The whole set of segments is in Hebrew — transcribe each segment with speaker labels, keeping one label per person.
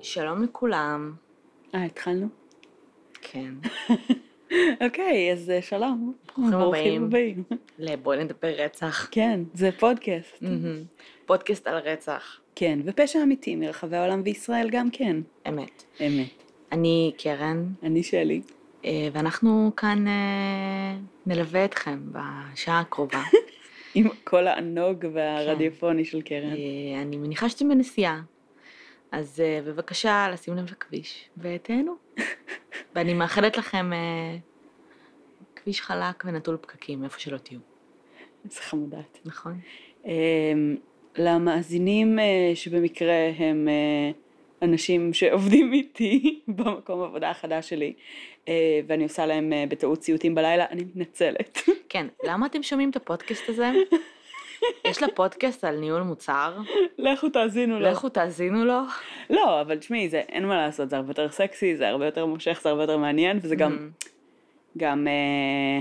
Speaker 1: שלום לכולם.
Speaker 2: אה, התחלנו?
Speaker 1: כן.
Speaker 2: אוקיי, אז אה, שלום.
Speaker 1: ברוכים הבאים.
Speaker 2: הבאים.
Speaker 1: לבואי נדבר רצח.
Speaker 2: כן, זה פודקאסט.
Speaker 1: מהמם. פודקאסט על רצח.
Speaker 2: כן, ופשע אמיתי מרחבי העולם וישראל גם כן.
Speaker 1: אמת.
Speaker 2: אמת.
Speaker 1: אני קרן,
Speaker 2: אני שלי.
Speaker 1: אה, ואנחנו כאן אה, נלווה אתכם בשעה הקרובה.
Speaker 2: עם כל הענוג והרדיופוני של קרן.
Speaker 1: אה, אני מניחה שאתם בנסיעה, אז אה, בבקשה לשים לב לכביש ותהנו. ואני מאחלת לכם אה, כביש חלק ונטול פקקים, איפה שלא תהיו,
Speaker 2: זה חמודת.
Speaker 1: נכון?
Speaker 2: אמ, למאזינים אה, שבמקרה הם אה, אנשים שעובדים איתי במקום העבודה החדש שלי, אה, ואני עושה להם אה, בטעות סיוטים בלילה, אני מתנצלת.
Speaker 1: כן, למה אתם שומעים את הפודקאסט הזה? יש לה פודקאסט על ניהול מוצר,
Speaker 2: לכו תאזינו לו.
Speaker 1: לכו תאזינו לו.
Speaker 2: לא, אבל תשמעי, זה אין מה לעשות, זה הרבה יותר סקסי, זה הרבה יותר מושך, זה הרבה יותר מעניין, וזה גם,
Speaker 1: אמ,
Speaker 2: גם, אה,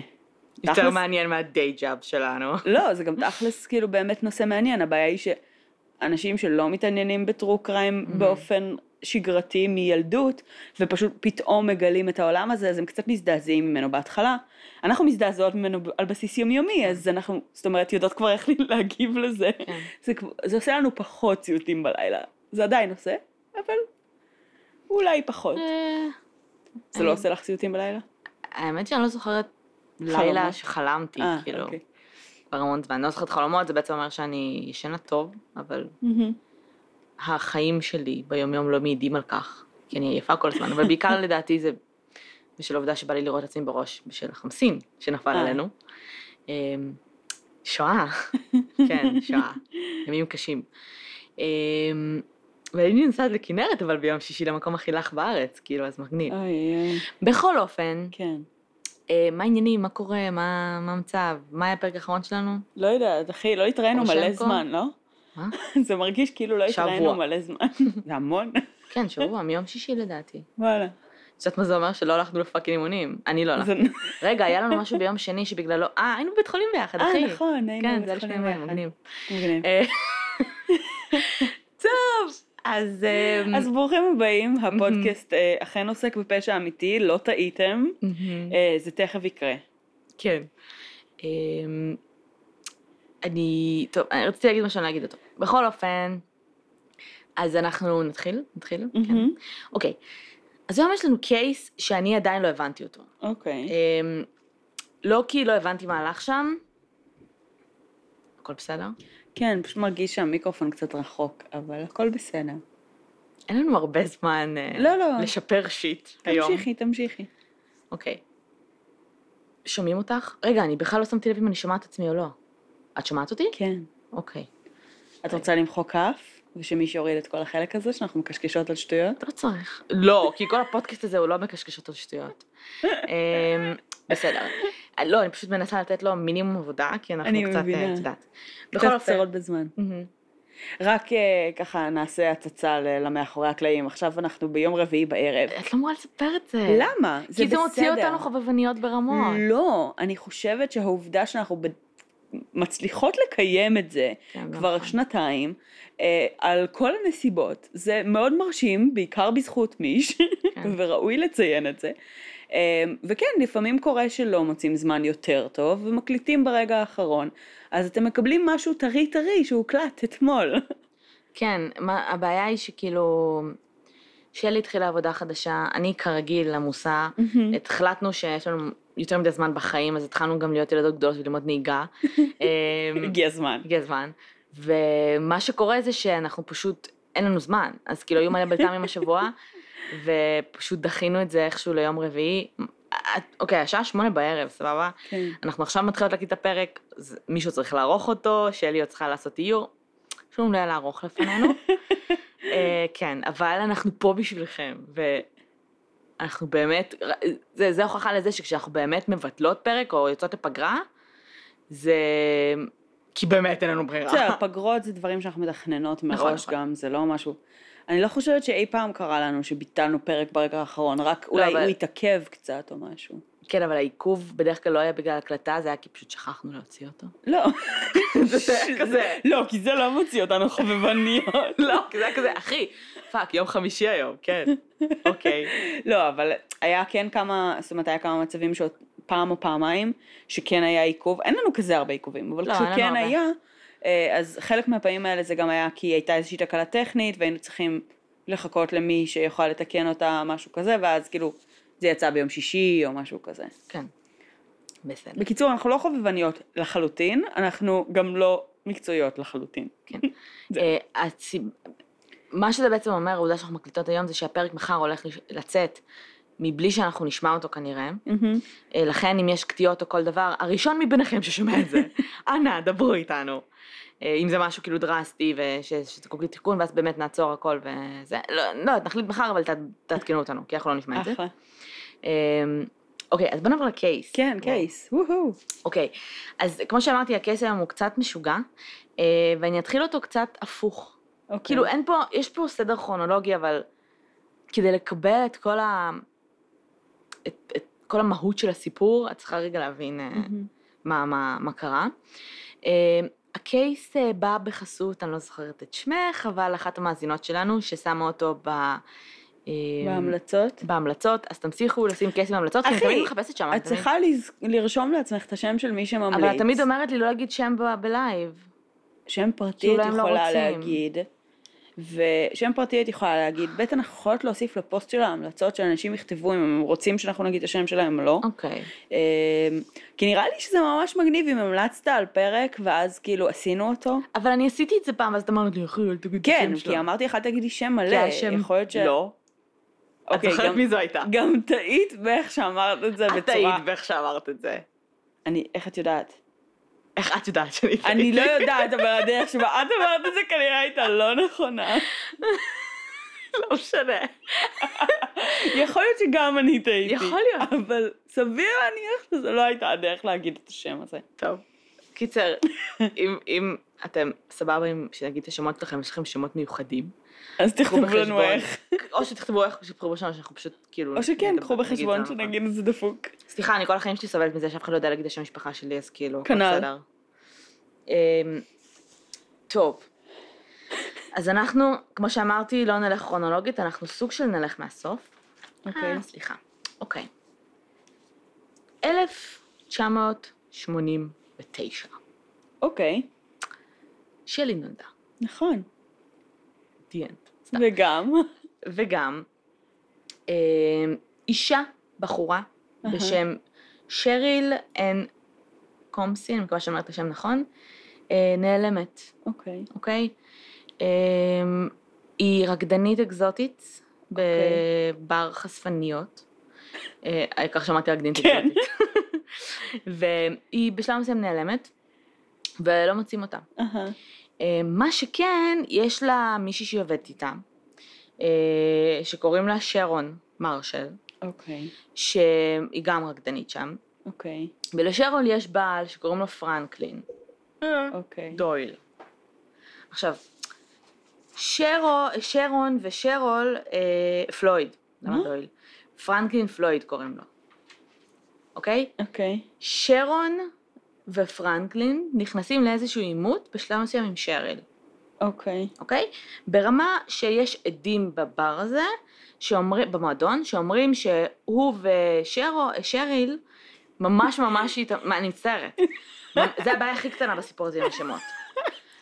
Speaker 1: Mm-hmm. יותר
Speaker 2: תכלס-
Speaker 1: מעניין מהדיי ג'אב שלנו.
Speaker 2: לא, זה גם תכלס כאילו באמת נושא מעניין, הבעיה היא שאנשים שלא מתעניינים בטרו קריים
Speaker 1: Mhm.
Speaker 2: באופן שגרתי מילדות, ופשוט פתאום מגלים את העולם הזה, אז הם קצת מזדעזעים ממנו בהתחלה. אנחנו מזדעזעות ממנו על בסיס יומיומי, אז אנחנו, זאת אומרת, יודעות כבר איך להגיב לזה.
Speaker 1: כן.
Speaker 2: זה, כבר- זה עושה לנו פחות ציוטים בלילה. זה עדיין עושה, אבל אולי פחות.
Speaker 1: אה,
Speaker 2: זה לא עושה לך סיוטים בלילה?
Speaker 1: האמת שאני לא זוכרת
Speaker 2: למה?
Speaker 1: חלילה שחלמתי,
Speaker 2: אה,
Speaker 1: כאילו,
Speaker 2: אוקיי.
Speaker 1: כבר המון זמן. אני לא זוכרת חלומות, זה בעצם אומר שאני ישנה טוב, אבל
Speaker 2: מהמם.
Speaker 1: החיים שלי ביומיום לא מעידים על כך, כי אני עייפה כל הזמן, אבל בעיקר לדעתי זה בשל העובדה שבא לי לראות עצמי בראש בשל החמסין שנפל
Speaker 2: אה.
Speaker 1: עלינו. אמ, שואה, כן, שואה, ימים קשים. אמ, ואני נוסעת לכנרת, אבל ביום שישי למקום הכי לח בארץ, כאילו, אז מגניב.
Speaker 2: אוי אוי,
Speaker 1: בכל אופן,
Speaker 2: כן.
Speaker 1: אה, מה העניינים, מה קורה, מה מה המצב, מה היה הפרק האחרון שלנו?
Speaker 2: לא יודעת, אחי, לא התראינו מלא
Speaker 1: פורושנקו?
Speaker 2: זמן, לא?
Speaker 1: מה?
Speaker 2: זה מרגיש כאילו לא התראינו
Speaker 1: שבוע.
Speaker 2: מלא זמן. זה המון.
Speaker 1: כן, שבוע, מיום שישי לדעתי.
Speaker 2: וואלה.
Speaker 1: את יודעת מה זה אומר? שלא הלכנו לפאקינג אימונים. אני לא הלכתי.
Speaker 2: זה-
Speaker 1: רגע, היה לנו משהו ביום שני שבגללו... אה, היינו בבית חולים ביחד, אחי.
Speaker 2: אה, נכון, היינו
Speaker 1: כן, זה היה
Speaker 2: בבית
Speaker 1: לפני
Speaker 2: חולים
Speaker 1: יומיים,
Speaker 2: ביחד.
Speaker 1: מגניב.
Speaker 2: מגניב.
Speaker 1: אה, טוב, אז... אמ,
Speaker 2: אז ברוכים הבאים, הפודקאסט אה, אכן עוסק בפשע אמיתי, לא טעיתם,
Speaker 1: מהמם.
Speaker 2: אה, זה תכף יקרה.
Speaker 1: כן. אמ, אני... טוב, אני רציתי להגיד מה שאני לא אגיד אותו. בכל אופן, אז אנחנו נתחיל? נתחיל? כן.
Speaker 2: מהמם.
Speaker 1: אוקיי. אז היום יש לנו קייס שאני עדיין לא הבנתי אותו.
Speaker 2: אוקיי.
Speaker 1: אמ, לא כי לא הבנתי מה הלך שם, הכל בסדר.
Speaker 2: כן, פשוט מרגיש שהמיקרופון קצת רחוק, אבל הכל בסדר.
Speaker 1: אין לנו הרבה זמן אה,
Speaker 2: לא, לא.
Speaker 1: לשפר שיט היום.
Speaker 2: תמשיכי, תמשיכי.
Speaker 1: אוקיי. שומעים אותך? רגע, אני בכלל לא שמתי לב אם אני שומעת את עצמי או לא. את שומעת אותי?
Speaker 2: כן.
Speaker 1: אוקיי.
Speaker 2: את רוצה למחוא כף, ושמישהו יוריד את כל החלק הזה שאנחנו מקשקשות על שטויות?
Speaker 1: לא צריך. לא, כי כל הפודקאסט הזה הוא לא מקשקשות על שטויות. אמ, בסדר. לא, אני פשוט מנסה לתת לו מינימום עבודה, כי אנחנו
Speaker 2: אני
Speaker 1: קצת, אה,
Speaker 2: מבינה.
Speaker 1: את יודעת.
Speaker 2: קצת
Speaker 1: בכל אופן.
Speaker 2: קצרות בזמן.
Speaker 1: מהמם.
Speaker 2: רק אה, ככה נעשה הצצה ל- למאחורי הקלעים, עכשיו אנחנו ביום רביעי בערב.
Speaker 1: את לא אמורה לספר את זה.
Speaker 2: למה? זה בסדר.
Speaker 1: כי זה מוציא אותנו חובבניות ברמות.
Speaker 2: לא, אני חושבת שהעובדה שאנחנו ב... מצליחות לקיים את זה
Speaker 1: כן, לא
Speaker 2: כבר
Speaker 1: נכון.
Speaker 2: שנתיים, אה, על כל הנסיבות, זה מאוד מרשים, בעיקר בזכות מיש,
Speaker 1: כן.
Speaker 2: וראוי לציין את זה. אה, וכן, לפעמים קורה שלא מוצאים זמן יותר טוב, ומקליטים ברגע האחרון. אז אתם מקבלים משהו טרי טרי שהוקלט אתמול.
Speaker 1: כן, מה, הבעיה היא שכאילו, שלי התחילה עבודה חדשה, אני כרגיל עמוסה, החלטנו שיש לנו יותר מדי זמן בחיים, אז התחלנו גם להיות ילדות גדולות וללמוד נהיגה. אמ,
Speaker 2: הגיע הזמן.
Speaker 1: הגיע הזמן. ומה שקורה זה שאנחנו פשוט, אין לנו זמן. אז כאילו היו מלא בלת"מים השבוע, ופשוט דחינו את זה איכשהו ליום רביעי. את- אוקיי, השעה שמונה בערב, סבבה?
Speaker 2: כן.
Speaker 1: אנחנו עכשיו מתחילות להקליט את הפרק, אז מישהו צריך לערוך אותו, שלי עוד צריכה לעשות איור. שום לא היה לערוך לפנינו. אה, כן, אבל אנחנו פה בשבילכם, ואנחנו באמת, זה, זה הוכחה לזה שכשאנחנו באמת מבטלות פרק או יוצאות לפגרה, זה... כי באמת אין לנו ברירה.
Speaker 2: בסדר, פגרות זה דברים שאנחנו מתכננות
Speaker 1: נכון,
Speaker 2: מראש
Speaker 1: נכון.
Speaker 2: גם, זה לא משהו... אני לא חושבת שאי פעם קרה לנו שביטלנו פרק ברגע האחרון, רק אולי
Speaker 1: לא, אבל-
Speaker 2: הוא התעכב קצת או משהו.
Speaker 1: כן, אבל העיכוב בדרך כלל לא היה בגלל הקלטה, זה היה כי פשוט שכחנו להוציא אותו.
Speaker 2: לא,
Speaker 1: זה היה כזה.
Speaker 2: לא, כי זה לא מוציא אותנו חובבניות.
Speaker 1: לא, כי זה היה כזה, אחי, פאק, יום חמישי היום, כן. אוקיי.
Speaker 2: לא, אבל היה כן כמה, זאת אומרת, היה כמה מצבים שעוד פעם או פעמיים, שכן היה עיכוב. אין לנו כזה הרבה עיכובים, אבל
Speaker 1: לא, אין לנו
Speaker 2: כשכן
Speaker 1: הרבה.
Speaker 2: היה, אה, אז חלק מהפעמים האלה זה גם היה כי הייתה איזושהי תקלה טכנית, והיינו צריכים לחכות למי שיוכל לתקן אותה, משהו כזה, ואז כאילו, זה יצא ביום שישי או משהו כזה.
Speaker 1: כן. בסדר.
Speaker 2: בקיצור, אנחנו לא חובבניות לחלוטין, אנחנו גם לא מקצועיות לחלוטין. זה.
Speaker 1: אה, הציב- מה שזה בעצם אומר, העובדה שאנחנו מקליטות היום, זה שהפרק מחר הולך לש- לצאת מבלי שאנחנו נשמע אותו כנראה. אה, לכן אם יש קטיעות או כל דבר, הראשון מביניכם ששומע את זה, אנא, דברו איתנו. אה, אם זה משהו כאילו דרסטי ושזקוק לתיקון, ואז באמת נעצור הכל וזה. לא, לא, נחליט מחר, אבל ת- תעדכנו אותנו, כי אנחנו לא נשמע את זה.
Speaker 2: אחלה.
Speaker 1: אמ, אוקיי, אז בוא נעבור לקייס.
Speaker 2: כן, קייס, וואו.
Speaker 1: אוקיי, אז כמו שאמרתי, הקייס היום הוא קצת משוגע, אה, ואני אתחיל אותו קצת הפוך.
Speaker 2: אוקיי.
Speaker 1: כאילו אין פה, יש פה סדר כרונולוגי, אבל כדי לקבל את כל ה... את, את כל המהות של הסיפור, את צריכה רגע להבין אה,
Speaker 2: מהמם.
Speaker 1: מה, מה, מה קרה. אה, הקייס אה, בא בחסות, אני לא זוכרת את שמך, אבל אחת המאזינות שלנו, ששמה אותו ב... אה,
Speaker 2: בהמלצות.
Speaker 1: בהמלצות, אז תמשיכו לשים קייסים בהמלצות, כי אני
Speaker 2: אחי,
Speaker 1: תמיד מחפשת שם.
Speaker 2: את צריכה לז- לרשום לעצמך את השם של מי שממליץ.
Speaker 1: אבל את תמיד אומרת לי לא להגיד שם ב- בלייב.
Speaker 2: שם פרטי את
Speaker 1: שאולי הם לא
Speaker 2: יכולה
Speaker 1: רוצים.
Speaker 2: להגיד. ושם פרטי את יכולה להגיד, בית אנחנו יכולות להוסיף לפוסט של ההמלצות שאנשים יכתבו אם הם רוצים שאנחנו נגיד את השם שלהם או לא.
Speaker 1: אוקיי.
Speaker 2: אמ, כי נראה לי שזה ממש מגניב אם המלצת על פרק ואז כאילו עשינו אותו.
Speaker 1: אבל אני עשיתי את זה פעם, ואז את אמרת לי, אחי, אל תגיד את
Speaker 2: כן,
Speaker 1: השם
Speaker 2: כי
Speaker 1: שלו.
Speaker 2: אמרתי לך תגידי שם מלא,
Speaker 1: לא. כי השם-
Speaker 2: יכול להיות ש...
Speaker 1: לא. את
Speaker 2: אוקיי,
Speaker 1: זוכרת
Speaker 2: גם-
Speaker 1: מי זו הייתה.
Speaker 2: גם טעית באיך שאמרת את זה
Speaker 1: את
Speaker 2: בצורה...
Speaker 1: טעית באיך שאמרת את זה.
Speaker 2: אני, איך את יודעת?
Speaker 1: איך את יודעת שאני טעיתי?
Speaker 2: אני לא יודעת, אבל הדרך שבה את אמרת את זה כנראה הייתה לא נכונה.
Speaker 1: לא משנה.
Speaker 2: יכול להיות שגם אני טעיתי.
Speaker 1: יכול להיות.
Speaker 2: אבל סביר להניח שזו לא הייתה הדרך להגיד את השם הזה.
Speaker 1: טוב. קיצר, אם- אם אתם סבבה עם שנגיד את השמות שלכם, יש לכם שמות מיוחדים.
Speaker 2: אז
Speaker 1: קחו
Speaker 2: תכתבו לנו
Speaker 1: בחשבון.
Speaker 2: איך.
Speaker 1: או שתכתבו איך, או שתבחרו בשם, שאנחנו פשוט כאילו...
Speaker 2: או שכן,
Speaker 1: נדבר-
Speaker 2: קחו
Speaker 1: נגיד את זה
Speaker 2: בחשבון
Speaker 1: לא נכון.
Speaker 2: שנגיד את זה דפוק.
Speaker 1: סליחה, אני כל החיים שלי סובלת מזה שאף אחד לא יודע להגיד את השם המשפחה שלי, אז כאילו, הכל
Speaker 2: כנ"ל.
Speaker 1: בסדר. אמ, טוב. אז אנחנו, כמו שאמרתי, לא נלך כרונולוגית, אנחנו סוג של נלך מהסוף.
Speaker 2: אוקיי.
Speaker 1: אה, סליחה. אוקיי. 1989,
Speaker 2: אוקיי,
Speaker 1: שלי נולדה,
Speaker 2: נכון.
Speaker 1: the end. סתם.
Speaker 2: וגם.
Speaker 1: וגם אמ, אישה, בחורה, בשם שריל אנ קומסי, אני מקווה שאומרת את השם נכון, אה, נעלמת,
Speaker 2: אוקיי.
Speaker 1: אוקיי? אמ, היא רקדנית אקזוטית
Speaker 2: אוקיי.
Speaker 1: בבר חשפניות. אה, העיקר שאמרתי רקדנית
Speaker 2: כן.
Speaker 1: אקזוטית. והיא בשלב מסוים נעלמת, ולא מוצאים אותה.
Speaker 2: אהה.
Speaker 1: אה, מה שכן, יש לה מישהי שהיא עובדת איתה, אה, שקוראים לה שרון מרשל,
Speaker 2: אוקיי.
Speaker 1: שהיא גם רקדנית שם,
Speaker 2: אוקיי.
Speaker 1: ולשרון יש בעל שקוראים לו פרנקלין.
Speaker 2: אוקיי.
Speaker 1: דויל. עכשיו, שרו, שרון ושרול, אה, פלויד, למה
Speaker 2: מה?
Speaker 1: דויל? פרנקלין פלויד קוראים לו, אוקיי?
Speaker 2: אוקיי.
Speaker 1: שרון ופרנקלין נכנסים לאיזשהו עימות בשלב מסוים עם שריל.
Speaker 2: אוקיי.
Speaker 1: אוקיי? ברמה שיש עדים בבר הזה, שאומר, במועדון, שאומרים שהוא ושריל ממש ממש, התאמ- מה, אני מצטערת, זה הבעיה הכי קטנה בסיפור הזה עם השמות.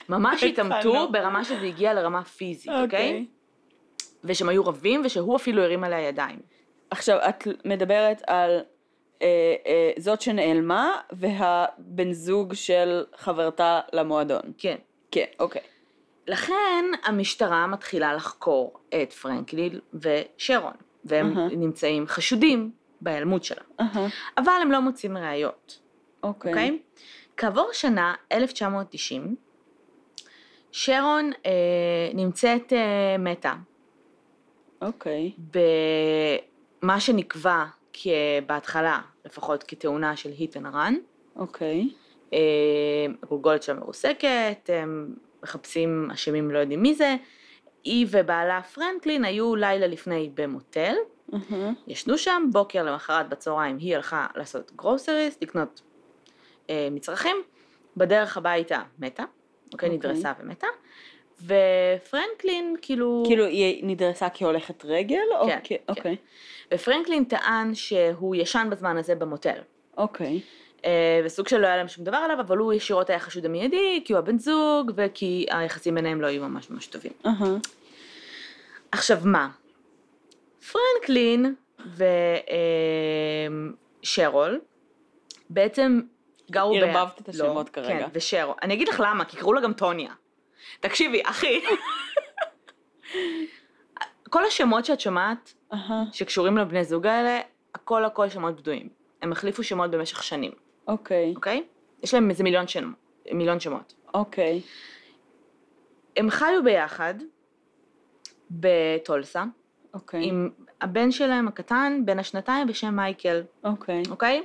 Speaker 1: ממש התעמתו
Speaker 2: התחלנו.
Speaker 1: ברמה שזה הגיע לרמה פיזית, אוקיי?
Speaker 2: אוקיי.
Speaker 1: ושהם היו רבים ושהוא אפילו הרים עליה ידיים.
Speaker 2: עכשיו, את מדברת על אה, אה, זאת שנעלמה והבן זוג של חברתה למועדון.
Speaker 1: כן.
Speaker 2: כן, אוקיי.
Speaker 1: לכן המשטרה מתחילה לחקור את פרנקליל ושרון, והם
Speaker 2: אהה.
Speaker 1: נמצאים חשודים בהיעלמות שלה.
Speaker 2: אהה,
Speaker 1: אבל הם לא מוצאים ראיות.
Speaker 2: אוקיי.
Speaker 1: אוקיי? כעבור שנה, 1990, שרון אה, נמצאת אה, מתה
Speaker 2: אוקיי.
Speaker 1: במה שנקבע כבהתחלה, לפחות כתאונה של hit and run.
Speaker 2: אוקיי.
Speaker 1: אה, הגולגולת שלה מרוסקת, הם מחפשים אשמים לא יודעים מי זה. היא ובעלה פרנקלין היו לילה לפני במוטל,
Speaker 2: אהה,
Speaker 1: ישנו שם, בוקר למחרת בצהריים היא הלכה לעשות גרוסריס, לקנות אה, מצרכים, בדרך הביתה מתה, אוקיי,
Speaker 2: אוקיי.
Speaker 1: נדרסה ומתה, ופרנקלין כאילו...
Speaker 2: כאילו היא נדרסה כהולכת רגל? או
Speaker 1: כן,
Speaker 2: כ-
Speaker 1: כן.
Speaker 2: אוקיי.
Speaker 1: ופרנקלין טען שהוא ישן בזמן הזה במוטל.
Speaker 2: אוקיי.
Speaker 1: אה, וסוג של לא היה להם שום דבר עליו, אבל הוא ישירות היה חשוד המיידי, כי הוא הבן זוג, וכי היחסים ביניהם לא היו ממש ממש טובים.
Speaker 2: אהה.
Speaker 1: עכשיו מה? פרנקלין ושרול בעצם גרו ב...
Speaker 2: ערבבת את השמות כרגע.
Speaker 1: כן, ושרול. אני אגיד לך למה, כי קראו לה גם טוניה. תקשיבי, אחי. כל השמות שאת שומעת
Speaker 2: אהה.
Speaker 1: שקשורים לבני זוג האלה, הכל הכל שמות בדויים. הם החליפו שמות במשך שנים,
Speaker 2: אוקיי.
Speaker 1: אוקיי? יש להם איזה מיליון, שם, מיליון שמות.
Speaker 2: אוקיי.
Speaker 1: הם חיו ביחד בטולסה.
Speaker 2: אוקיי.
Speaker 1: עם הבן שלהם הקטן, בן השנתיים, בשם מייקל,
Speaker 2: אוקיי.
Speaker 1: אוקיי?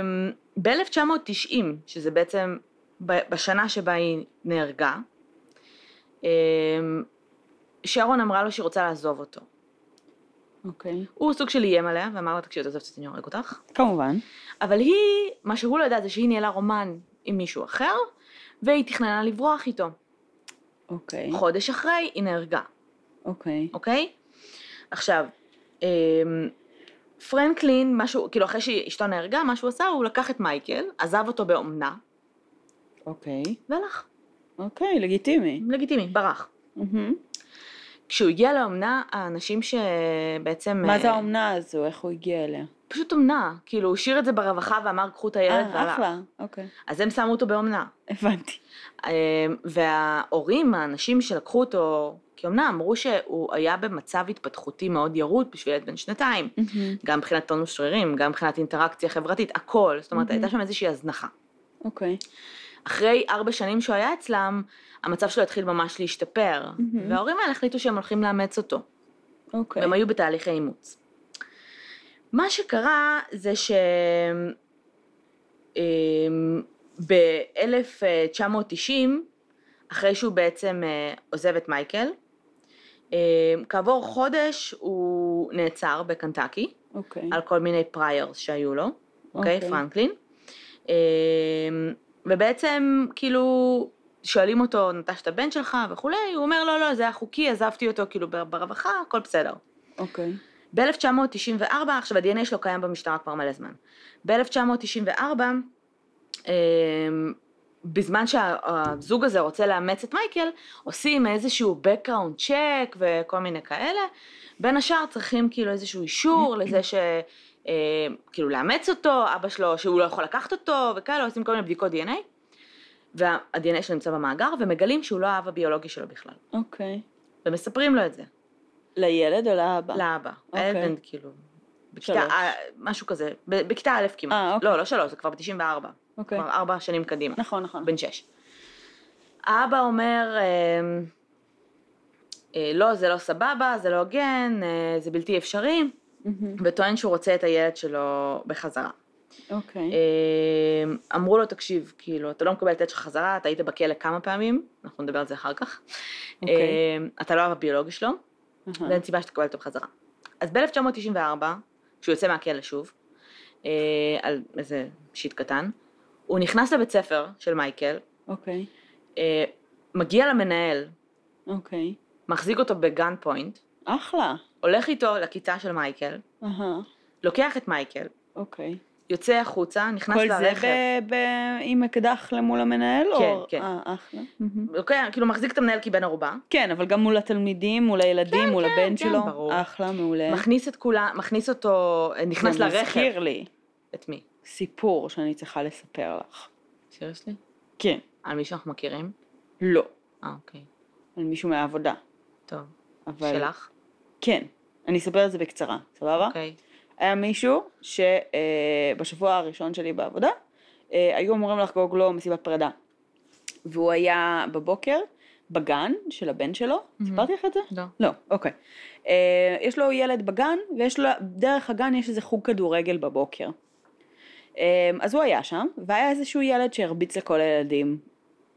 Speaker 1: אמ, ב-1990, שזה בעצם ב- בשנה שבה היא נהרגה, אמ, שרון אמרה לו שהיא רוצה לעזוב אותו.
Speaker 2: אוקיי.
Speaker 1: הוא סוג של איים עליה ואמר לה, תקשיבי, תעזוב אותי, אני הורג אותך.
Speaker 2: כמובן.
Speaker 1: אבל היא, מה שהוא לא ידע זה שהיא ניהלה רומן עם מישהו אחר, והיא תכננה לברוח איתו.
Speaker 2: אוקיי.
Speaker 1: חודש אחרי, היא נהרגה.
Speaker 2: אוקיי.
Speaker 1: אוקיי? עכשיו, אמ, פרנקלין, משהו, כאילו אחרי שאשתו נהרגה, מה שהוא עשה, הוא לקח את מייקל, עזב אותו באומנה,
Speaker 2: אוקיי.
Speaker 1: והלך,
Speaker 2: אוקיי, לגיטימי.
Speaker 1: לגיטימי, ברח.
Speaker 2: מהמם.
Speaker 1: כשהוא הגיע לאומנה, האנשים שבעצם...
Speaker 2: מה זה
Speaker 1: אה,
Speaker 2: האומנה הזו? איך הוא הגיע אליה?
Speaker 1: פשוט אומנה. כאילו, הוא השאיר את זה ברווחה ואמר, קחו את הילד
Speaker 2: אה,
Speaker 1: והלך.
Speaker 2: אחלה. אוקיי.
Speaker 1: אז הם שמו אותו באומנה.
Speaker 2: הבנתי.
Speaker 1: אמ, וההורים, האנשים שלקחו אותו כאומנה, אמרו שהוא היה במצב התפתחותי מאוד ירוד בשביל ילד בן שנתיים.
Speaker 2: מהמם.
Speaker 1: גם מבחינת טונוס שרירים, גם מבחינת אינטראקציה חברתית, הכל. זאת אומרת,
Speaker 2: מהמם.
Speaker 1: הייתה שם איזושהי הזנחה.
Speaker 2: אוקיי.
Speaker 1: אחרי ארבע שנים שהוא היה אצלם, המצב שלו התחיל ממש להשתפר,
Speaker 2: מהמם.
Speaker 1: וההורים האלה החליטו שהם הולכים לאמץ אותו,
Speaker 2: אוקיי.
Speaker 1: והם היו בתהליכי אימוץ. מה שקרה זה ש... אמ, ב-1990, אחרי שהוא בעצם אה, עוזב את מייקל, אה, כעבור חודש הוא נעצר בקנטקי,
Speaker 2: אוקיי.
Speaker 1: על כל מיני פריירס שהיו לו, אוקיי?
Speaker 2: אוקיי.
Speaker 1: פרנקלין. אמ, ובעצם, כאילו, שואלים אותו, נטש את הבן שלך וכולי, הוא אומר, לא, לא, זה היה חוקי, עזבתי אותו כאילו בר- ברווחה, הכל בסדר.
Speaker 2: אוקיי.
Speaker 1: ב-1994, עכשיו ה-DNA שלו קיים במשטרה כבר מלא זמן. ב-1994, אמ, בזמן שהזוג הזה רוצה לאמץ את מייקל, עושים איזשהו background check וכל מיני כאלה. בין השאר צריכים כאילו איזשהו אישור לזה ש... אה, כאילו לאמץ אותו, אבא שלו, שהוא לא יכול לקחת אותו וכאלה, עושים כל מיני בדיקות DNA. וה-DNA שלו נמצא במאגר, ומגלים שהוא לא האב הביולוגי שלו בכלל.
Speaker 2: אוקיי.
Speaker 1: ומספרים לו את זה.
Speaker 2: לילד או לאבא?
Speaker 1: לאבא.
Speaker 2: אוקיי.
Speaker 1: אבן, כאילו. בכיתה,
Speaker 2: שלוש.
Speaker 1: אה, משהו כזה, ב- בכיתה א' כמעט.
Speaker 2: אה, אוקיי.
Speaker 1: לא, לא שלוש, זה כבר ב-94.
Speaker 2: אוקיי.
Speaker 1: כבר ארבע שנים קדימה.
Speaker 2: נכון, נכון.
Speaker 1: בן שש. האבא אומר, אמ, אה, לא, זה לא סבבה, זה לא הוגן, אה, זה בלתי אפשרי,
Speaker 2: מהמם.
Speaker 1: וטוען שהוא רוצה את הילד שלו בחזרה.
Speaker 2: אוקיי.
Speaker 1: אה, אמ, אמרו לו, תקשיב, כאילו, אתה לא מקבל את הילד שלך חזרה, אתה היית בכלא כמה פעמים, אנחנו נדבר על זה אחר כך.
Speaker 2: אוקיי.
Speaker 1: אמ, אתה לא האב הביולוגי שלו,
Speaker 2: אהה.
Speaker 1: ואין סיבה שתקבל אותו בחזרה. אז ב-1994, כשהוא יוצא מהכלא שוב, אה, על איזה שיט קטן, הוא נכנס לבית ספר של מייקל,
Speaker 2: אוקיי.
Speaker 1: אה, מגיע למנהל,
Speaker 2: אוקיי.
Speaker 1: מחזיק אותו בגן פוינט,
Speaker 2: אחלה. Uh-huh.
Speaker 1: הולך איתו לכיתה של מייקל,
Speaker 2: אהה.
Speaker 1: לוקח את מייקל,
Speaker 2: אוקיי.
Speaker 1: יוצא החוצה, נכנס
Speaker 2: כל זה
Speaker 1: לרכב,
Speaker 2: ב- ב- עם אקדח למול המנהל? או-
Speaker 1: כן, כן.
Speaker 2: אה, אחלה. מהמם.
Speaker 1: לוקח, כאילו מחזיק את המנהל כבן ערובה,
Speaker 2: כן, אבל גם מול התלמידים, מול הילדים, מול הבן
Speaker 1: כן,
Speaker 2: שלו.
Speaker 1: ברור.
Speaker 2: אחלה, מעולה.
Speaker 1: מכניס את כולם, מכניס אותו, אה, נכנס
Speaker 2: כן. זה
Speaker 1: לרכב.
Speaker 2: מזכיר לי
Speaker 1: את מי?
Speaker 2: סיפור שאני צריכה לספר לך.
Speaker 1: סירייסלי?
Speaker 2: כן.
Speaker 1: על מי שאנחנו מכירים?
Speaker 2: לא.
Speaker 1: אה, אוקיי.
Speaker 2: על מישהו מהעבודה.
Speaker 1: טוב.
Speaker 2: אבל...
Speaker 1: שלך?
Speaker 2: כן. אני אספר את זה בקצרה, סבבה?
Speaker 1: אוקיי.
Speaker 2: היה מישהו שבשבוע הראשון שלי בעבודה אה, היו אמורים לחגוג לו מסיבת פרידה. והוא היה בבוקר בגן של הבן שלו,
Speaker 1: Mhm.
Speaker 2: סיפרתי לך את זה?
Speaker 1: לא.
Speaker 2: לא, אוקיי. אה, יש לו ילד בגן, ויש לו, דרך הגן יש איזה חוג כדורגל בבוקר. אה, אז הוא היה שם, והיה איזשהו ילד שהרביץ לכל הילדים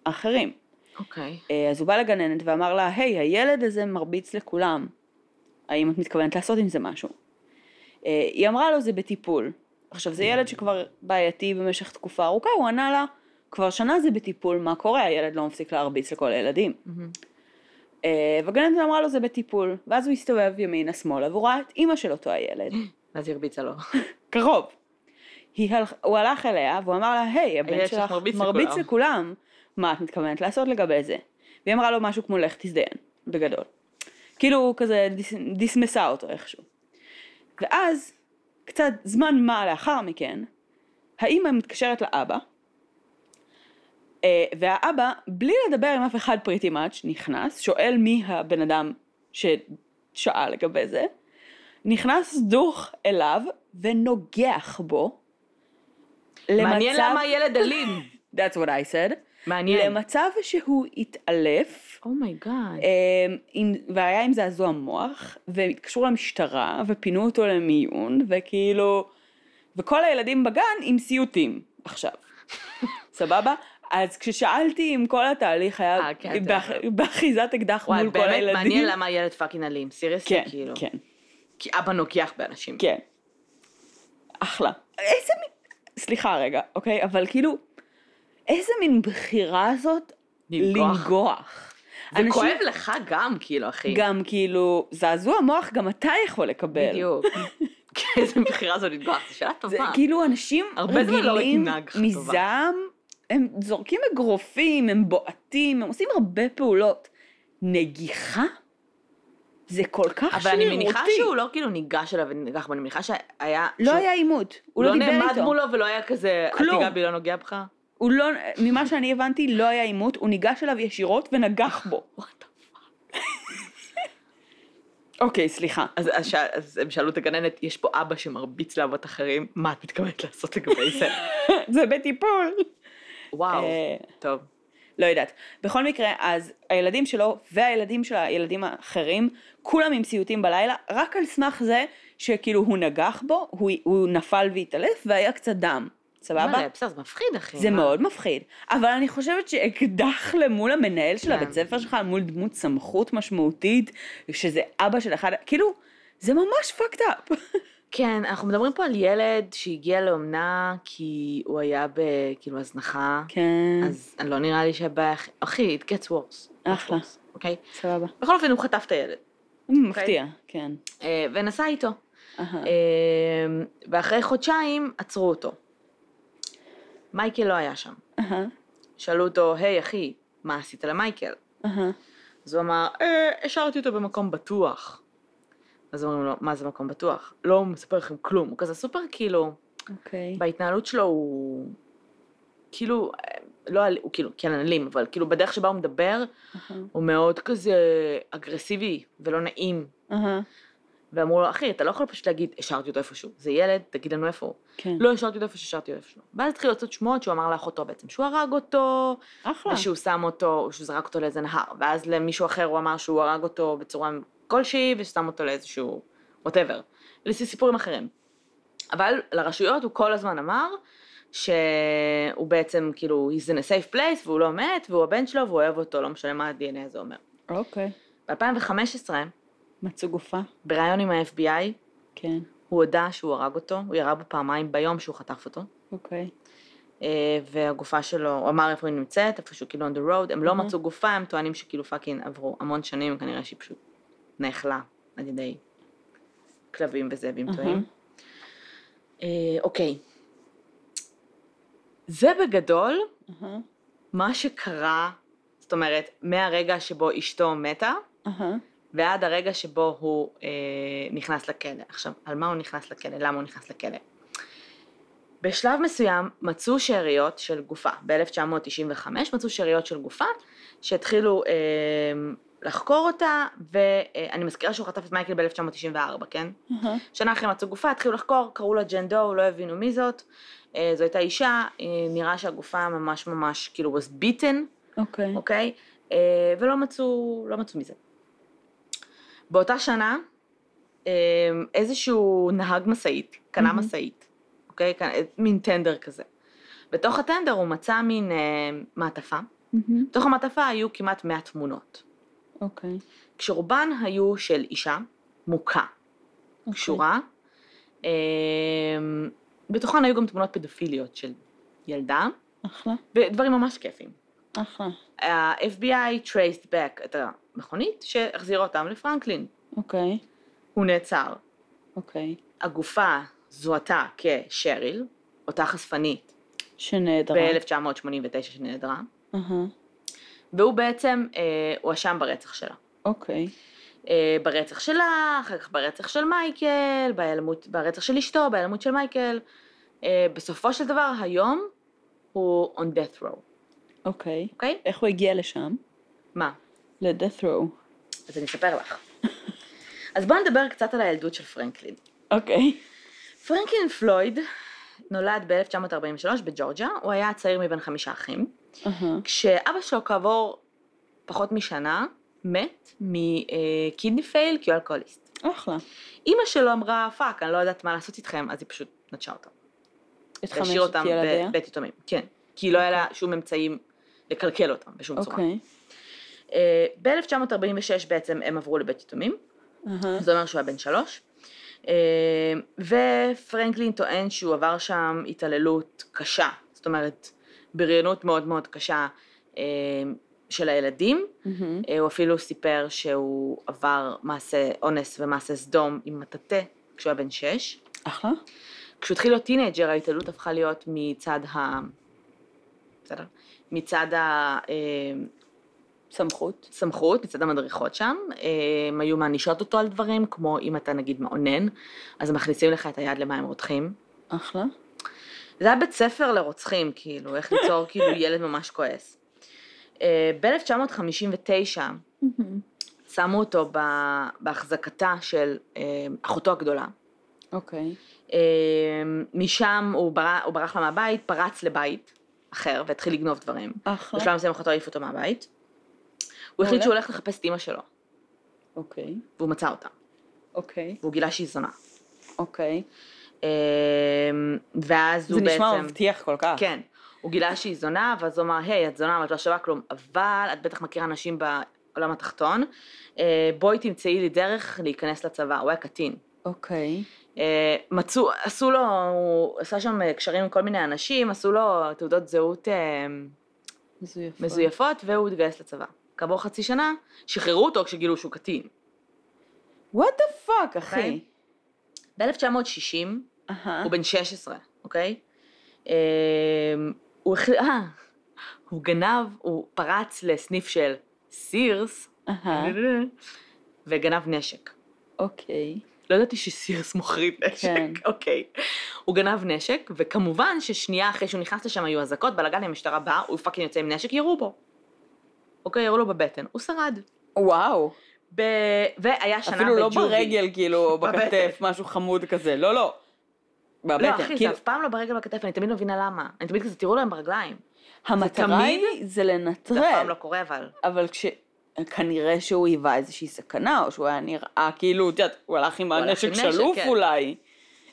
Speaker 2: האחרים.
Speaker 1: אוקיי.
Speaker 2: אה, אז הוא בא לגננת ואמר לה, היי, הילד הזה מרביץ לכולם, האם את מתכוונת לעשות עם זה משהו? אה, היא אמרה לו, זה בטיפול. עכשיו, זה ילד שכבר בעייתי במשך תקופה ארוכה, הוא ענה לה, כבר שנה זה בטיפול, מה קורה? הילד לא מפסיק להרביץ לכל הילדים.
Speaker 1: מהמם.
Speaker 2: אה, והגננת אמרה לו זה בטיפול, ואז הוא הסתובב ימינה שמאלה והוא ראה את אימא של אותו הילד,
Speaker 1: ואז היא הרביצה לו.
Speaker 2: קרוב. היא הלכ... הוא הלך אליה והוא אמר לה, היי, הבן
Speaker 1: הילד שלך
Speaker 2: שלך
Speaker 1: מרביץ
Speaker 2: מרביץ
Speaker 1: לכולם."
Speaker 2: לכולם, מה את מתכוונת לעשות לגבי זה? והיא אמרה לו משהו כמו לך תזדיין, בגדול. כאילו הוא כזה דיס... דיסמסה אותו איכשהו. ואז, קצת זמן מה לאחר מכן, האימא מתקשרת לאבא, אה, והאבא, בלי לדבר עם אף אחד פריטי מאץ', נכנס, שואל מי הבן אדם ששאל לגבי זה, נכנס דוך אליו ונוגח בו.
Speaker 1: מעניין למה כן. הילד אלים.
Speaker 2: That's what I said.
Speaker 1: מעניין.
Speaker 2: למצב שהוא התעלף,
Speaker 1: אומייגאד.
Speaker 2: אמ, עם- והיה עם זעזוע מוח, והתקשרו למשטרה, ופינו אותו למיון, וכאילו... וכל הילדים בגן עם סיוטים עכשיו. סבבה? אז כששאלתי אם כל התהליך היה
Speaker 1: אה, כן, אתה-
Speaker 2: באח- באחיזת אקדח
Speaker 1: וואי,
Speaker 2: מול כל הילדים...
Speaker 1: באמת מעניין למה הילד פאקינג אלים. סיריוסלי,
Speaker 2: כן,
Speaker 1: כאילו.
Speaker 2: כן,
Speaker 1: כי אבא נוגח באנשים.
Speaker 2: כן. אחלה. איזה מין... סליחה רגע, אוקיי? אבל כאילו, איזה מין בחירה זאת
Speaker 1: לנגוח.
Speaker 2: לנגוח.
Speaker 1: זה
Speaker 2: אנשים-
Speaker 1: כואב לך גם, כאילו, אחי.
Speaker 2: גם כאילו, זעזוע מוח גם אתה יכול לקבל.
Speaker 1: בדיוק. כן, איזה בחירה זו לנגוח, זו שאלה
Speaker 2: זה
Speaker 1: טובה.
Speaker 2: כאילו אנשים
Speaker 1: הרבה זמן לא
Speaker 2: רגילים
Speaker 1: ראיתי נגח טובה.
Speaker 2: מזעם, הם זורקים אגרופים, הם בועטים, הם עושים הרבה פעולות. נגיחה? זה כל כך שרירותי.
Speaker 1: אבל אני מניחה שהוא לא כאילו ניגש אליו ונגח בו, אני מניחה שהיה...
Speaker 2: לא
Speaker 1: שהוא-
Speaker 2: היה עימות, הוא לא דיבר
Speaker 1: נעמד
Speaker 2: איתו.
Speaker 1: מולו ולא היה כזה, אל
Speaker 2: כלום.
Speaker 1: תיגע בי, לא נוגע בך.
Speaker 2: הוא לא, ממה שאני הבנתי, לא היה עימות, הוא ניגש אליו ישירות ונגח בו.
Speaker 1: What the-
Speaker 2: אוקיי, סליחה.
Speaker 1: אז- אז ש- אז הם שאלו את הגננת, יש פה אבא שמרביץ לאבות אחרים, מה את מתכוונת לעשות לגבי זה?
Speaker 2: זה בטיפול.
Speaker 1: וואו,
Speaker 2: אה,
Speaker 1: טוב.
Speaker 2: לא יודעת. בכל מקרה, אז הילדים שלו והילדים של הילדים האחרים, כולם עם סיוטים בלילה, רק על סמך זה שכאילו הוא נגח בו, הוא, הוא נפל והתעלף והיה קצת דם. סבבה?
Speaker 1: וואלה, בסדר, זה מפחיד, אחי.
Speaker 2: זה
Speaker 1: מה?
Speaker 2: מאוד מפחיד. אבל אני חושבת שאקדח למול המנהל של
Speaker 1: כן.
Speaker 2: הבית ספר שלך, מול דמות סמכות משמעותית, שזה אבא של אחד, כאילו, זה ממש fucked up.
Speaker 1: כן, אנחנו מדברים פה על ילד שהגיע לאומנה כי הוא היה בכאילו הזנחה,
Speaker 2: כן,
Speaker 1: אז לא נראה לי שהבעיה... אחי, it gets worse.
Speaker 2: אחלה.
Speaker 1: Of course, אוקיי?
Speaker 2: סבבה.
Speaker 1: בכל אופן, הוא חטף את הילד, אוקיי.
Speaker 2: מפתיע, כן.
Speaker 1: אה, ונסע איתו.
Speaker 2: אהה.
Speaker 1: אה, ואחרי חודשיים עצרו אותו. מייקל לא היה שם.
Speaker 2: אהה,
Speaker 1: שאלו אותו, היי אחי, מה עשית למייקל?
Speaker 2: אהה.
Speaker 1: אז הוא אמר, אה, השארתי אותו במקום בטוח. אז אומרים לו, מה זה מקום בטוח? לא, הוא מספר לכם כלום. הוא כזה סופר כאילו,
Speaker 2: אוקיי.
Speaker 1: בהתנהלות שלו הוא... כאילו, אה, לא, אל- הוא כאילו, כן אלים, אבל כאילו בדרך שבה הוא מדבר,
Speaker 2: אהה,
Speaker 1: הוא מאוד כזה אגרסיבי ולא נעים.
Speaker 2: אהה.
Speaker 1: ואמרו לו, אחי, אתה לא יכול פשוט להגיד, השארתי אותו איפשהו. זה ילד, תגיד לנו איפה הוא.
Speaker 2: כן.
Speaker 1: לא השארתי אותו איפה שהשארתי אותו איפשהו. ואז התחילו לצאת שמועות שהוא אמר לאחותו בעצם שהוא הרג אותו,
Speaker 2: אחלה.
Speaker 1: ושהוא שם אותו, שהוא זרק אותו לאיזה נהר. ואז למישהו אחר הוא אמר שהוא הרג אותו בצורה כלשהי, ושם אותו לאיזשהו ווטאבר. לסיפורים אחרים. אבל לרשויות הוא כל הזמן אמר שהוא בעצם כאילו, he's in a safe place, והוא לא מת, והוא הבן שלו, והוא אוהב אותו, לא משנה מה ה-DNA הזה אומר.
Speaker 2: אוקיי.
Speaker 1: ב-2015,
Speaker 2: מצאו גופה?
Speaker 1: בריאיון עם ה-FBI,
Speaker 2: כן. הוא
Speaker 1: הוא הודה שהוא הרג אותו, הוא ירה בו פעמיים ביום שהוא חטף אותו.
Speaker 2: אוקיי.
Speaker 1: אה, והגופה שלו, הוא אמר איפה היא נמצאת, איפשהו כאילו on the road, הם לא
Speaker 2: מהמם.
Speaker 1: מצאו גופה, הם טוענים שכאילו פאקינג עברו המון שנים, כנראה שהיא פשוט נאכלה על ידי כלבים וזאבים טועים. אה, אוקיי. זה בגדול
Speaker 2: אהה,
Speaker 1: מה שקרה, זאת אומרת, מהרגע שבו אשתו מתה,
Speaker 2: אהה.
Speaker 1: ועד הרגע שבו הוא אה, נכנס לכלא. עכשיו, על מה הוא נכנס לכלא? למה הוא נכנס לכלא? בשלב מסוים מצאו שאריות של גופה, ב-1995 מצאו שאריות של גופה שהתחילו אה, לחקור אותה, ואני מזכירה שהוא חטף את מייקל ב-1994, כן?
Speaker 2: אהה.
Speaker 1: שנה אחרי מצאו גופה, התחילו לחקור, קראו לה ג'ן דו, לא הבינו מי זאת, אה, זו הייתה אישה, אה, נראה שהגופה ממש ממש כאילו was beaten,
Speaker 2: אוקיי.
Speaker 1: אוקיי? אה, ולא מצאו, לא מצאו מזה. באותה שנה, אה, איזשהו נהג משאית, קנה
Speaker 2: מהמם.
Speaker 1: משאית, אוקיי? קנה- מין טנדר כזה. בתוך הטנדר הוא מצא מין אה, מעטפה.
Speaker 2: מהמם.
Speaker 1: בתוך המעטפה היו כמעט 100 תמונות.
Speaker 2: אוקיי.
Speaker 1: כשרובן היו של אישה מוכה,
Speaker 2: אוקיי.
Speaker 1: קשורה. אה, בתוכן היו גם תמונות פדופיליות של ילדה.
Speaker 2: אוקיי. אחלה,
Speaker 1: ודברים ממש כיפים.
Speaker 2: אחלה,
Speaker 1: ה-FBI traced back את המכונית שהחזירה אותם לפרנקלין.
Speaker 2: אוקיי,
Speaker 1: הוא נעצר.
Speaker 2: אוקיי.
Speaker 1: הגופה זוהתה כשריל, אותה חשפנית
Speaker 2: שנהדרה.
Speaker 1: ב-1989 שנעדרה,
Speaker 2: אהה,
Speaker 1: והוא בעצם אה, הואשם ברצח שלה.
Speaker 2: אוקיי,
Speaker 1: אה, ברצח שלה, אחר כך ברצח של מייקל, בהיעלמות, ברצח של אשתו, בהיעלמות של מייקל. אה, בסופו של דבר, היום הוא on death row,
Speaker 2: אוקיי.
Speaker 1: אוקיי?
Speaker 2: איך הוא הגיע לשם?
Speaker 1: מה?
Speaker 2: ל-death row.
Speaker 1: אז אני אספר לך. אז בואו נדבר קצת על הילדות של פרנקלין.
Speaker 2: אוקיי.
Speaker 1: פרנקלין פלויד נולד ב-1943 בג'ורג'ה, הוא היה הצעיר מבין חמישה אחים.
Speaker 2: אהה,
Speaker 1: כשאבא שלו כעבור פחות משנה מת מקידני פייל כי הוא אלכוהוליסט.
Speaker 2: אחלה.
Speaker 1: אימא שלו אמרה פאק אני לא יודעת מה לעשות איתכם אז היא פשוט נטשה אותם. והשאירה אותם בבית יתומים. כן. כי לא היה לה שום אמצעים לקלקל אותם בשום צורה. אה,
Speaker 2: אוקיי.
Speaker 1: ב-1946 בעצם הם עברו לבית יתומים.
Speaker 2: אהה,
Speaker 1: זה אומר שהוא היה בן שלוש. אה, ופרנקלין טוען שהוא עבר שם התעללות קשה, זאת אומרת בריונות מאוד מאוד קשה אה, של הילדים.
Speaker 2: מהמם.
Speaker 1: אה, הוא אפילו סיפר שהוא עבר מעשה אונס ומעשה סדום עם מטאטא כשהוא היה בן שש.
Speaker 2: אחלה.
Speaker 1: כשהוא התחיל להיות טינג'ר ההתעללות הפכה להיות מצד ה... בסדר? מצד אה, הסמכות,
Speaker 2: סמכות.
Speaker 1: מצד המדריכות שם, אה, הם היו מענישות אותו על דברים, כמו אם אתה נגיד מאונן, אז הם מכניסים לך את היד למים רותחים.
Speaker 2: אחלה.
Speaker 1: זה היה בית ספר לרוצחים, כאילו, איך ליצור כאילו ילד ממש כועס. אה, ב-1959,
Speaker 2: מהמם.
Speaker 1: שמו אותו ב- בהחזקתה של אה, אחותו הגדולה.
Speaker 2: אוקיי.
Speaker 1: אה, משם הוא, בר... הוא ברח לה מהבית, פרץ לבית אחר והתחיל לגנוב דברים.
Speaker 2: אחלה.
Speaker 1: בשלב מסוים אחותו העיף אותו מהבית. הוא
Speaker 2: אוקיי. מעולה.
Speaker 1: החליט שהוא הולך לחפש את אימא שלו,
Speaker 2: אוקיי.
Speaker 1: והוא מצא אותה,
Speaker 2: אוקיי.
Speaker 1: והוא גילה שהיא זונה.
Speaker 2: אוקיי.
Speaker 1: אה, ואז
Speaker 2: זה
Speaker 1: הוא בעצם...
Speaker 2: נשמע מבטיח כל כך.
Speaker 1: כן. הוא גילה שהיא זונה, ואז הוא אמר, היי, את זונה, אבל את לא שווה כלום, אבל את בטח מכירה נשים בעולם התחתון, אה, בואי תמצאי לי דרך להיכנס לצבא, הוא היה קטין.
Speaker 2: אוקיי.
Speaker 1: אה, מצאו, עשו לו, הוא עשה שם אה, קשרים עם כל מיני אנשים, עשו לו תעודות זהות אה,
Speaker 2: מזויפות.
Speaker 1: מזויפות והוא התגייס לצבא. כעבור חצי שנה, שחררו אותו כשגילו שהוא קטין.
Speaker 2: וואט דה פאק, אחי.
Speaker 1: אוקיי. ב-1960,
Speaker 2: אהה.
Speaker 1: הוא בן 16, אוקיי? אה, הוא החל... אה, הוא גנב, הוא פרץ לסניף של סירס, אה,
Speaker 2: אהה.
Speaker 1: וגנב נשק.
Speaker 2: אוקיי.
Speaker 1: לא ידעתי שסירס מוכרים נשק,
Speaker 2: כן.
Speaker 1: אוקיי. הוא גנב נשק, וכמובן ששנייה אחרי שהוא נכנס לשם היו אזעקות, בלאגן המשטרה באה, הוא פאקינג יוצא עם נשק, ירו בו. אוקיי, ירו לו בבטן, הוא שרד.
Speaker 2: וואו.
Speaker 1: ב... והיה שנה
Speaker 2: אפילו לא
Speaker 1: בג'ובי.
Speaker 2: ברגל, כאילו, או
Speaker 1: בבטן.
Speaker 2: בכתף, משהו חמוד כזה. לא, לא.
Speaker 1: לא,
Speaker 2: בבטן.
Speaker 1: אחי, זה
Speaker 2: כאילו,
Speaker 1: אף פעם לא ברגל בכתף, אני תמיד לא מבינה למה. אני תמיד כזה, תראו להם ברגליים.
Speaker 2: המטרה
Speaker 1: תמיד-
Speaker 2: היא זה
Speaker 1: זה אף פעם
Speaker 2: לנטרל.
Speaker 1: לא קורה, אבל.
Speaker 2: אבל כש... כנראה שהוא היווה איזושהי סכנה, או שהוא היה נראה כאילו, את יודעת, הוא הלך עם
Speaker 1: הוא הלך
Speaker 2: הנשק
Speaker 1: עם נשק,
Speaker 2: שלוף
Speaker 1: כן.
Speaker 2: אולי.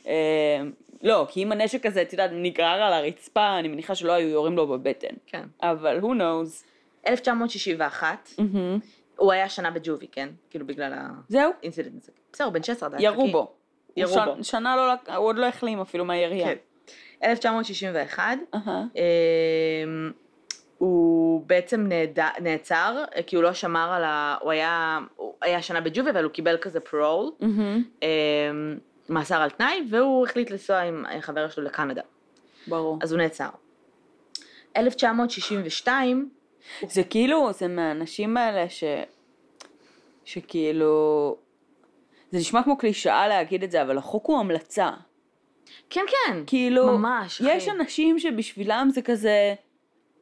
Speaker 2: אה, לא, כי אם הנשק הזה, את יודעת, נגרר על הרצפה, אני מניחה שלא היו יורים לו בבטן.
Speaker 1: כן.
Speaker 2: אבל who knows.
Speaker 1: 1961,
Speaker 2: מהמם.
Speaker 1: הוא היה שנה בג'ובי, כן? כאילו בגלל
Speaker 2: זהו,
Speaker 1: האינסידנט הזה. בסדר, הוא בן 16 עדיין.
Speaker 2: ירו
Speaker 1: חכי.
Speaker 2: בו. הוא
Speaker 1: ירו
Speaker 2: ש-
Speaker 1: בו.
Speaker 2: שנה לא, לק- הוא עוד לא החלים אפילו מהירייה.
Speaker 1: כן. אה. 1961,
Speaker 2: אהה,
Speaker 1: אמ, הוא בעצם נעד- נעצר, אה, כי הוא לא שמר על ה... הוא היה, הוא היה שנה בג'ובי, אבל הוא קיבל כזה פרול,
Speaker 2: מהמם.
Speaker 1: אמ, מאסר על תנאי, והוא החליט לנסוע עם אה, חבר שלו לקנדה.
Speaker 2: ברור.
Speaker 1: אז הוא נעצר. 1962,
Speaker 2: זה כאילו, זה מהאנשים האלה ש... שכאילו... זה נשמע כמו קלישאה להגיד את זה, אבל החוק הוא המלצה.
Speaker 1: כן כן,
Speaker 2: כאילו,
Speaker 1: ממש, אחי.
Speaker 2: יש אנשים שבשבילם זה כזה,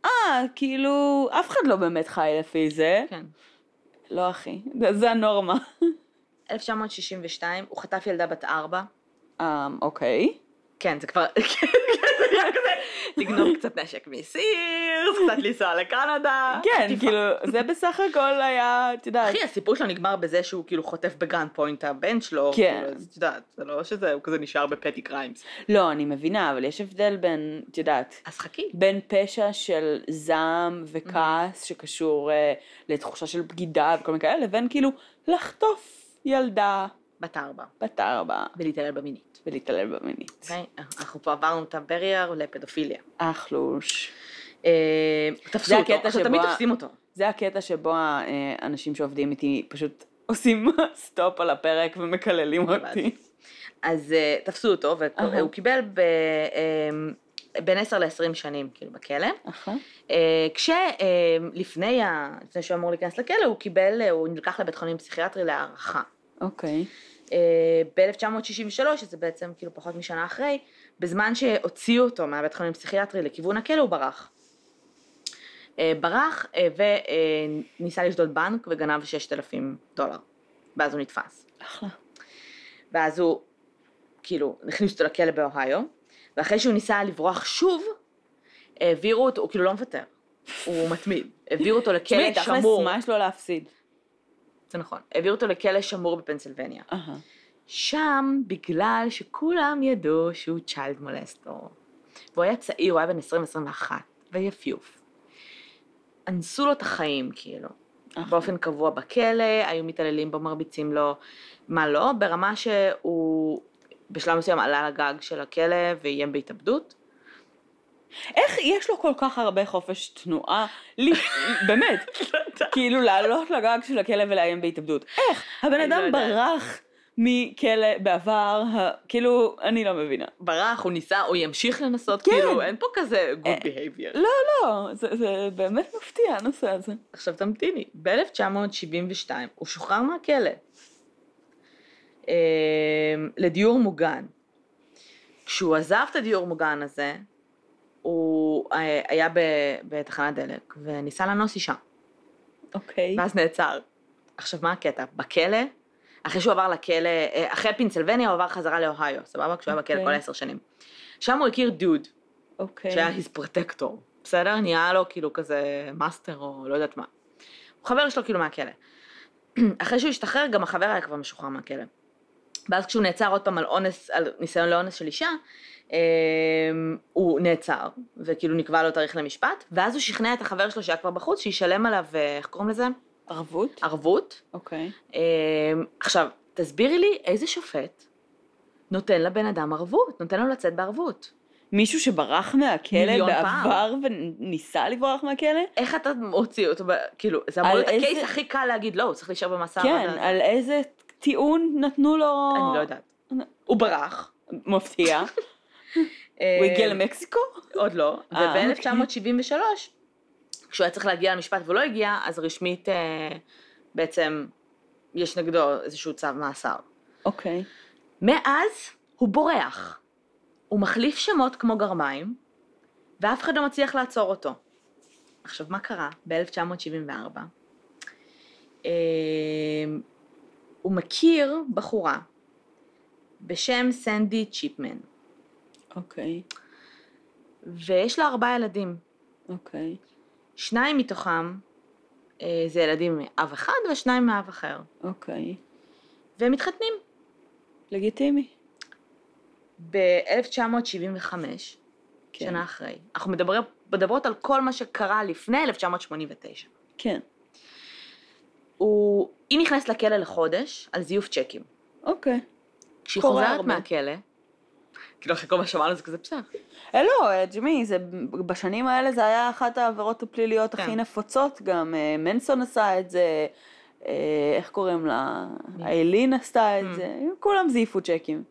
Speaker 2: אה, כאילו, אף אחד לא באמת חי לפי זה.
Speaker 1: כן.
Speaker 2: לא, אחי, זה- זה הנורמה.
Speaker 1: 1962, הוא חטף ילדה בת ארבע.
Speaker 2: אה, אוקיי.
Speaker 1: כן, זה כבר... כן, זה נהיה כזה, לגנוב קצת נשק מסירס, קצת לנסוע לקנדה.
Speaker 2: כן,
Speaker 1: חטיפה.
Speaker 2: כאילו, זה בסך הכל היה, את יודעת,
Speaker 1: אחי, הסיפור שלו נגמר בזה שהוא כאילו חוטף בגרנד פוינט הבן שלו.
Speaker 2: כן.
Speaker 1: כאילו, אז את יודעת, זה לא שזה, הוא כזה נשאר בפטי קריימס.
Speaker 2: לא, אני מבינה, אבל יש הבדל בין, את יודעת,
Speaker 1: אז חכי.
Speaker 2: בין פשע של זעם וכעס שקשור אה, לתחושה של בגידה וכל מיני כאלה, לבין כאילו לחטוף ילדה
Speaker 1: בת ארבע,
Speaker 2: בת ארבע
Speaker 1: ולהתעלל במינית.
Speaker 2: ולהתעלל במינית.
Speaker 1: אוקיי? אנחנו פה עברנו את הבריאר לפדופיליה.
Speaker 2: אחלוש.
Speaker 1: אה, תפסו
Speaker 2: זה
Speaker 1: אותו,
Speaker 2: הקטע
Speaker 1: עכשיו
Speaker 2: שבו
Speaker 1: תמיד
Speaker 2: ה-
Speaker 1: תופסים אותו.
Speaker 2: זה הקטע שבו אה, האנשים שעובדים איתי פשוט עושים סטופ על הפרק ומקללים אותי.
Speaker 1: אז אה, תפסו אותו,
Speaker 2: אהה.
Speaker 1: והוא קיבל ב- אה, בין 10 ל-20 שנים, כאילו, בכלא. אה, כשלפני ה... לפני שהוא אמור להיכנס לכלא, הוא קיבל, אה, הוא נלקח לבית חולים פסיכיאטרי להערכה. אה,
Speaker 2: אוקיי.
Speaker 1: ב-1963, שזה בעצם כאילו פחות משנה אחרי, בזמן שהוציאו אותו מהבית חולים הפסיכיאטרי לכיוון הכלא, הוא ברח. אה, ברח אה, וניסה לשדוד בנק וגנב 6,000 דולר. ואז הוא נתפס.
Speaker 2: אחלה.
Speaker 1: ואז הוא, כאילו, הכניס אותו לכלא באוהיו, ואחרי שהוא ניסה לברוח שוב, העבירו אותו, הוא כאילו לא מוותר, הוא מתמיד. העבירו אותו
Speaker 2: תשמעי,
Speaker 1: לכלא
Speaker 2: כן, תכלס,
Speaker 1: שמור,
Speaker 2: מה יש לו להפסיד?
Speaker 1: זה נכון, העבירו אותו לכלא שמור בפנסילבניה.
Speaker 2: אהה.
Speaker 1: שם בגלל שכולם ידעו שהוא צ'יילד מולסטור. והוא היה צעיר, הוא היה בן 20-21, ויפיוף. אנסו לו את החיים, כאילו.
Speaker 2: אחלה.
Speaker 1: באופן קבוע בכלא, היו מתעללים בו, מרביצים לו, מה לא, ברמה שהוא בשלב מסוים עלה לגג של הכלא ואיים בהתאבדות.
Speaker 2: איך יש לו כל כך הרבה חופש תנועה? לי, באמת. כאילו לעלות לגג של הכלא ולאיים בהתאבדות. איך? הבן
Speaker 1: אני לא
Speaker 2: אדם
Speaker 1: יודעת.
Speaker 2: ברח מכלא בעבר, ה- כאילו, אני לא מבינה.
Speaker 1: ברח, הוא ניסה, הוא ימשיך לנסות,
Speaker 2: כן.
Speaker 1: כאילו, אין פה כזה
Speaker 2: אה,
Speaker 1: good behavior.
Speaker 2: לא, זה זה באמת מפתיע הנושא הזה.
Speaker 1: עכשיו תמתיני, ב-1972 הוא שוחרר מהכלא אה, לדיור מוגן. כשהוא עזב את הדיור מוגן הזה, הוא אה, היה ב- בתחנת דלק וניסה לאנוס אישה,
Speaker 2: אוקיי.
Speaker 1: ואז נעצר. עכשיו מה הקטע? בכלא, אחרי שהוא עבר לכלא, אה, אחרי פנסילבניה הוא עבר חזרה לאוהיו, סבבה? כשהוא היה בכלא
Speaker 2: אוקיי.
Speaker 1: כל עשר שנים. שם הוא הכיר דוד,
Speaker 2: אוקיי.
Speaker 1: שהיה his protector, בסדר? נהיה לו כאילו כזה מאסטר או לא יודעת מה. הוא חבר שלו כאילו מהכלא. אחרי שהוא השתחרר, גם החבר היה כבר משוחרר מהכלא. ואז כשהוא נעצר עוד פעם על אונס, על ניסיון לאונס של אישה, אמ, הוא נעצר, וכאילו נקבע לו תאריך למשפט, ואז הוא שכנע את החבר שלו שהיה כבר בחוץ, שישלם עליו, אה, איך קוראים לזה?
Speaker 2: ערבות?
Speaker 1: אה. ערבות.
Speaker 2: אוקיי.
Speaker 1: אמ, עכשיו, תסבירי לי איזה שופט נותן לבן אדם ערבות, נותן לו לצאת בערבות.
Speaker 2: מישהו שברח מהכלא
Speaker 1: מיליון פעם.
Speaker 2: בעבר וניסה לברוח מהכלא?
Speaker 1: איך אתה מוציא אותו, ב- כאילו, זה אמור
Speaker 2: על
Speaker 1: להיות הקייס
Speaker 2: איזה-
Speaker 1: הכי קל להגיד, לא, הוא צריך להישאר במאסר.
Speaker 2: כן, אה,
Speaker 1: אבל-
Speaker 2: על איזה טיעון נתנו לו...
Speaker 1: אני לא יודעת. אה.
Speaker 2: אני-
Speaker 1: הוא ברח.
Speaker 2: מפתיע. הוא הגיע למקסיקו?
Speaker 1: אמ, עוד לא.
Speaker 2: אה,
Speaker 1: וב-1973, כשהוא היה צריך להגיע למשפט ולא הגיע, אז רשמית אה, בעצם יש נגדו איזשהו צו מאסר.
Speaker 2: אוקיי.
Speaker 1: מאז הוא בורח. הוא מחליף שמות כמו גרמיים, ואף אחד לא מצליח לעצור אותו. עכשיו, מה קרה ב-1974? אה, הוא מכיר בחורה בשם סנדי צ'יפמן,
Speaker 2: אוקיי.
Speaker 1: ויש לה ארבעה ילדים.
Speaker 2: אוקיי.
Speaker 1: שניים מתוכם אה, זה ילדים מאב אחד ושניים מאב אחר,
Speaker 2: אוקיי.
Speaker 1: והם מתחתנים.
Speaker 2: לגיטימי.
Speaker 1: ב-1975,
Speaker 2: כן.
Speaker 1: שנה אחרי. אנחנו מדבר, מדברות על כל מה שקרה לפני 1989.
Speaker 2: כן.
Speaker 1: הוא, היא נכנסת לכלא לחודש על זיוף צ'קים.
Speaker 2: אוקיי.
Speaker 1: כשהיא
Speaker 2: קורה
Speaker 1: חוזרת
Speaker 2: הרבה.
Speaker 1: מהכלא, כאילו אחרי כל מה שאמרנו זה כזה בסדר.
Speaker 2: אה, לא, אה, ג'ימי, זה, בשנים האלה זה היה אחת העבירות הפליליות הכי
Speaker 1: כן.
Speaker 2: נפוצות גם. אה, מנסון עשה את זה, אה, איך קוראים לה?
Speaker 1: מי?
Speaker 2: איילין עשתה את
Speaker 1: Mm.
Speaker 2: זה, כולם זייפו צ'קים.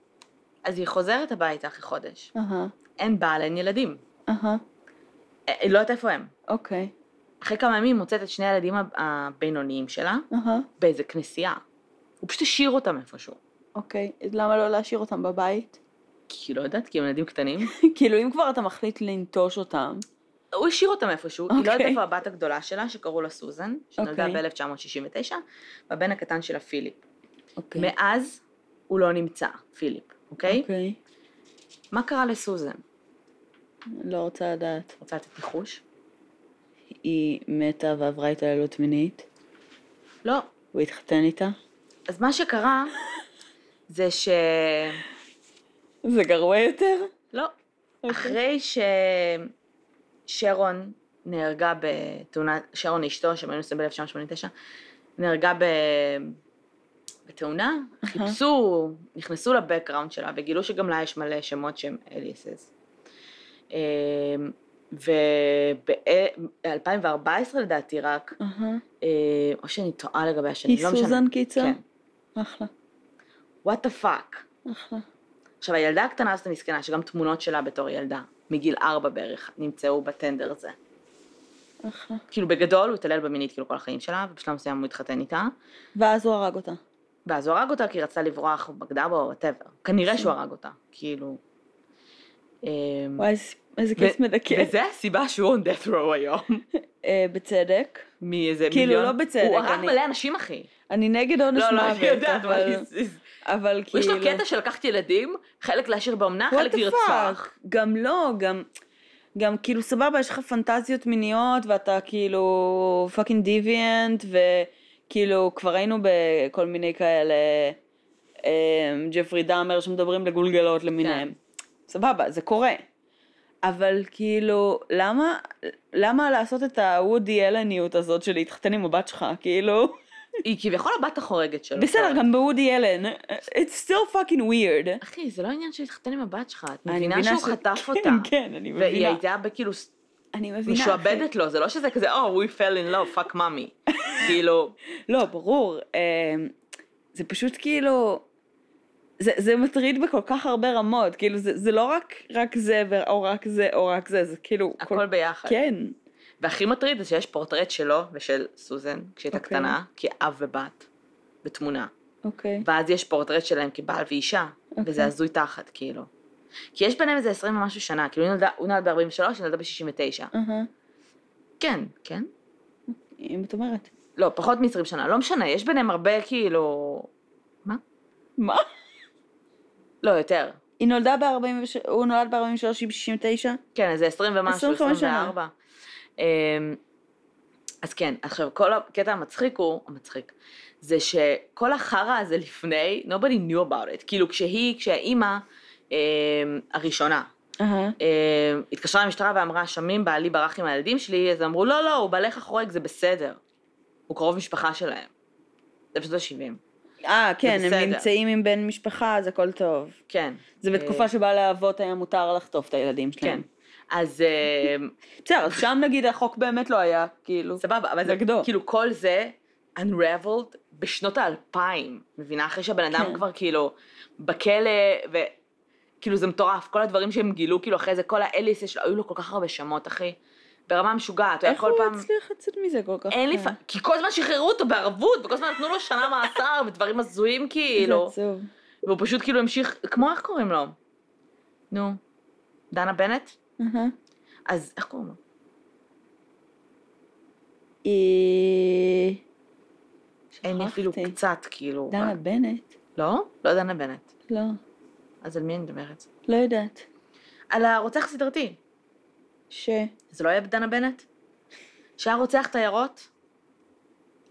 Speaker 1: אז היא חוזרת הביתה אחרי חודש.
Speaker 2: אהה,
Speaker 1: אין בעל, אין ילדים.
Speaker 2: אהה,
Speaker 1: אה, היא לא יודעת איפה הם.
Speaker 2: אוקיי,
Speaker 1: אחרי כמה ימים היא מוצאת את שני הילדים הב- הבינוניים שלה
Speaker 2: אהה,
Speaker 1: באיזה כנסייה. הוא פשוט השאיר אותם איפשהו.
Speaker 2: אוקיי. אז למה לא להשאיר אותם בבית?
Speaker 1: כי היא לא יודעת, כי הם ילדים קטנים.
Speaker 2: כאילו, אם כבר אתה מחליט לנטוש אותם,
Speaker 1: הוא השאיר אותם איפשהו, היא לא יודעת
Speaker 2: אוקיי.
Speaker 1: איפה הבת הגדולה שלה, שקראו לה סוזן, שנולדה
Speaker 2: אוקיי.
Speaker 1: ב-1969, והבן הקטן שלה פיליפ.
Speaker 2: אוקיי.
Speaker 1: מאז הוא לא נמצא, פיליפ, אוקיי?
Speaker 2: אוקיי.
Speaker 1: מה קרה לסוזן?
Speaker 2: לא רוצה לדעת.
Speaker 1: רוצה לתת ניחוש?
Speaker 2: היא מתה ועברה התעללות מינית,
Speaker 1: לא.
Speaker 2: הוא התחתן איתה.
Speaker 1: אז מה שקרה זה ש...
Speaker 2: זה גרוע יותר?
Speaker 1: לא.
Speaker 2: אוקיי.
Speaker 1: אחרי ש... שרון נהרגה בתאונה, שרון אשתו, שהם היו נשואים ב-1989, נהרגה ב... בתאונה, חיפשו, נכנסו לבקראונד שלה וגילו שגם לה יש מלא שמות שהם אליסס. וב-2014 לדעתי רק,
Speaker 2: אהה.
Speaker 1: אה, או שאני טועה לגבי השנים,
Speaker 2: היא
Speaker 1: לא משנה.
Speaker 2: סוזן קיצר?
Speaker 1: כן.
Speaker 2: אחלה,
Speaker 1: וואט דה פאק.
Speaker 2: אחלה.
Speaker 1: עכשיו, הילדה הקטנה הזאת המסכנה, שגם תמונות שלה בתור ילדה, מגיל ארבע בערך, נמצאו בטנדר הזה.
Speaker 2: אחלה.
Speaker 1: כאילו, בגדול, הוא התעלל במינית כאילו כל החיים שלה, ובשלב מסוים הוא התחתן איתה,
Speaker 2: ואז הוא הרג אותה.
Speaker 1: ואז הוא הרג אותה כי היא רצתה לברוח, הוא בגדה בו, וואטאבר. כנראה שהוא הרג אותה, כאילו. אמ,
Speaker 2: וואי, איזה- איזה כיף מדכא.
Speaker 1: וזה הסיבה שהוא on death row היום.
Speaker 2: אה, בצדק.
Speaker 1: מאיזה
Speaker 2: כאילו,
Speaker 1: מיליון.
Speaker 2: לא בצדק,
Speaker 1: הוא הרג
Speaker 2: אני-
Speaker 1: מלא אנשים, אחי.
Speaker 2: אני נגד עונש
Speaker 1: לא, לא, אני
Speaker 2: מוות,
Speaker 1: יודעת, אבל...
Speaker 2: אבל- אבל
Speaker 1: יש
Speaker 2: כאילו...
Speaker 1: לו קטע של לקחת ילדים, חלק להשאיר באומנה,
Speaker 2: What
Speaker 1: חלק
Speaker 2: the
Speaker 1: לרצוח.
Speaker 2: fuck? גם לא, גם... גם כאילו סבבה, יש לך פנטזיות מיניות ואתה כאילו פאקינג דיוויאנט וכאילו כבר היינו בכל מיני כאלה אמ, ג'פרי דאמר שמדברים לגולגלות למיניהם.
Speaker 1: כן.
Speaker 2: סבבה, זה קורה. אבל כאילו, למה, למה לעשות את הוודי אלניות הזאת של להתחתן עם הבת שלך? כאילו,
Speaker 1: היא כביכול הבת החורגת שלו.
Speaker 2: בסדר,
Speaker 1: אבל-
Speaker 2: גם בוודי אלן. It's still fucking weird.
Speaker 1: אחי, זה לא עניין של להתחתן עם הבת שלך, את
Speaker 2: אני
Speaker 1: מבינה שהוא
Speaker 2: ש-
Speaker 1: חטף
Speaker 2: כן,
Speaker 1: אותה.
Speaker 2: כן, אני מבינה.
Speaker 1: והיא הייתה בכאילו ס-
Speaker 2: אני מבינה. אחי.
Speaker 1: משועבדת לו, זה לא שזה כזה, או, oh, we fell in love, fuck mommy. כאילו,
Speaker 2: לא, ברור. אה, זה פשוט כאילו... זה, זה מטריד בכל כך הרבה רמות. כאילו, זה, זה לא רק, רק זה, ו- או רק זה, או רק זה, זה כאילו...
Speaker 1: הכל ביחד.
Speaker 2: כן.
Speaker 1: והכי מטריד זה שיש פורטרט שלו ושל סוזן, כשהיא הייתה
Speaker 2: אוקיי.
Speaker 1: קטנה, כאב ובת, בתמונה.
Speaker 2: אוקיי.
Speaker 1: ואז יש פורטרט שלהם כבעל ואישה, וזה
Speaker 2: אוקיי.
Speaker 1: הזוי תחת, כאילו. כי יש ביניהם איזה 20 ומשהו שנה, כאילו היא נולדה- הוא נולד ב-43, היא נולדה ב-69.
Speaker 2: אהה.
Speaker 1: כן, כן.
Speaker 2: אם את אומרת.
Speaker 1: לא, פחות מ-20 שנה, לא משנה, יש ביניהם הרבה כאילו...
Speaker 2: מה?
Speaker 1: לא, יותר.
Speaker 2: היא נולדה ב-43, הוא נולד ב-43, היא ב-69?
Speaker 1: כן, איזה 20 ומשהו,
Speaker 2: 25 שנה.
Speaker 1: 24. אמ, אז כן, עכשיו, כל הקטע המצחיק הוא, המצחיק, זה שכל החרא הזה לפני, nobody knew about it. כאילו, כשהיא, כשהאימא אמ, הראשונה,
Speaker 2: אהה.
Speaker 1: אה, התקשרה למשטרה ואמרה, אשמים, בעלי ברח עם הילדים שלי, אז אמרו, לא, לא, הוא בעליך חורג, זה בסדר. הוא קרוב משפחה שלהם. זה בשנות ה-70.
Speaker 2: אה, כן,
Speaker 1: זה
Speaker 2: הם
Speaker 1: בסדר.
Speaker 2: נמצאים עם בן משפחה, אז הכל טוב.
Speaker 1: כן,
Speaker 2: זה
Speaker 1: אה.
Speaker 2: בתקופה שבה לאבות היה מותר לחטוף את הילדים
Speaker 1: כן.
Speaker 2: שלהם.
Speaker 1: אז אה,
Speaker 2: בסדר, אז שם נגיד החוק באמת לא היה, כאילו.
Speaker 1: סבבה, אבל זה
Speaker 2: נגדו.
Speaker 1: כאילו כל זה unraveled בשנות האלפיים, מבינה? אחרי שהבן אדם
Speaker 2: כן.
Speaker 1: כבר כאילו בכלא, וכאילו זה מטורף, כל הדברים שהם גילו, כאילו אחרי זה, כל האליס, יש לו- היו לו כל כך הרבה שמות, אחי. ברמה משוגעת, הוא היה
Speaker 2: איך
Speaker 1: כל
Speaker 2: הוא
Speaker 1: פעם...
Speaker 2: הצליח כן. לצאת מזה כל כך?
Speaker 1: אין לי
Speaker 2: מהר?
Speaker 1: פ... כי כל הזמן שחררו אותו בערבות, וכל הזמן נתנו לו שנה מאסר ודברים הזויים כאילו.
Speaker 2: זה עצוב.
Speaker 1: והוא פשוט כאילו המשיך, כמו איך קוראים לו? נו, דנה בנט?
Speaker 2: אהה.
Speaker 1: אז איך קוראים לו?
Speaker 2: אה,
Speaker 1: אין לי אפילו
Speaker 2: שכחתי.
Speaker 1: קצת כאילו.
Speaker 2: דנה
Speaker 1: רק-
Speaker 2: בנט?
Speaker 1: לא? לא דנה בנט.
Speaker 2: לא,
Speaker 1: אז על מי אני מדברת?
Speaker 2: לא יודעת.
Speaker 1: על הרוצח הסדרתי.
Speaker 2: ש...
Speaker 1: זה לא היה דנה בנט? שהיה רוצח תיירות?